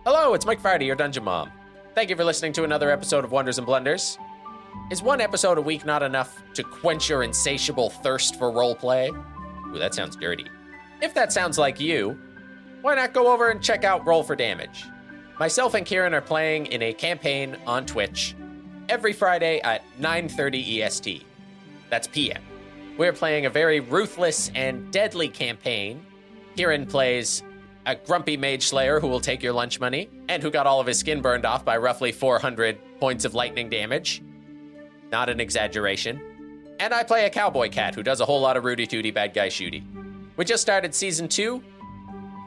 Hello, it's Mike Friday, your Dungeon Mom. Thank you for listening to another episode of Wonders and Blunders. Is one episode a week not enough to quench your insatiable thirst for roleplay? Ooh, that sounds dirty. If that sounds like you, why not go over and check out Roll for Damage? Myself and Kieran are playing in a campaign on Twitch every Friday at E 9:30 EST. That's PM. We're playing a very ruthless and deadly campaign. Kieran plays a grumpy mage slayer who will take your lunch money and who got all of his skin burned off by roughly 400 points of lightning damage. Not an exaggeration. And I play a cowboy cat who does a whole lot of Rudy Tooty bad guy shooty. We just started season two,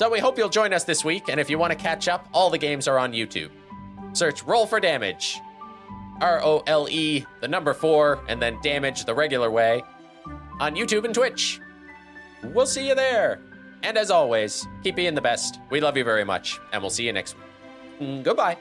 so we hope you'll join us this week. And if you want to catch up, all the games are on YouTube. Search Roll for Damage. R O L E, the number four, and then damage the regular way on YouTube and Twitch. We'll see you there. And as always, keep being the best. We love you very much, and we'll see you next week. Mm, Goodbye.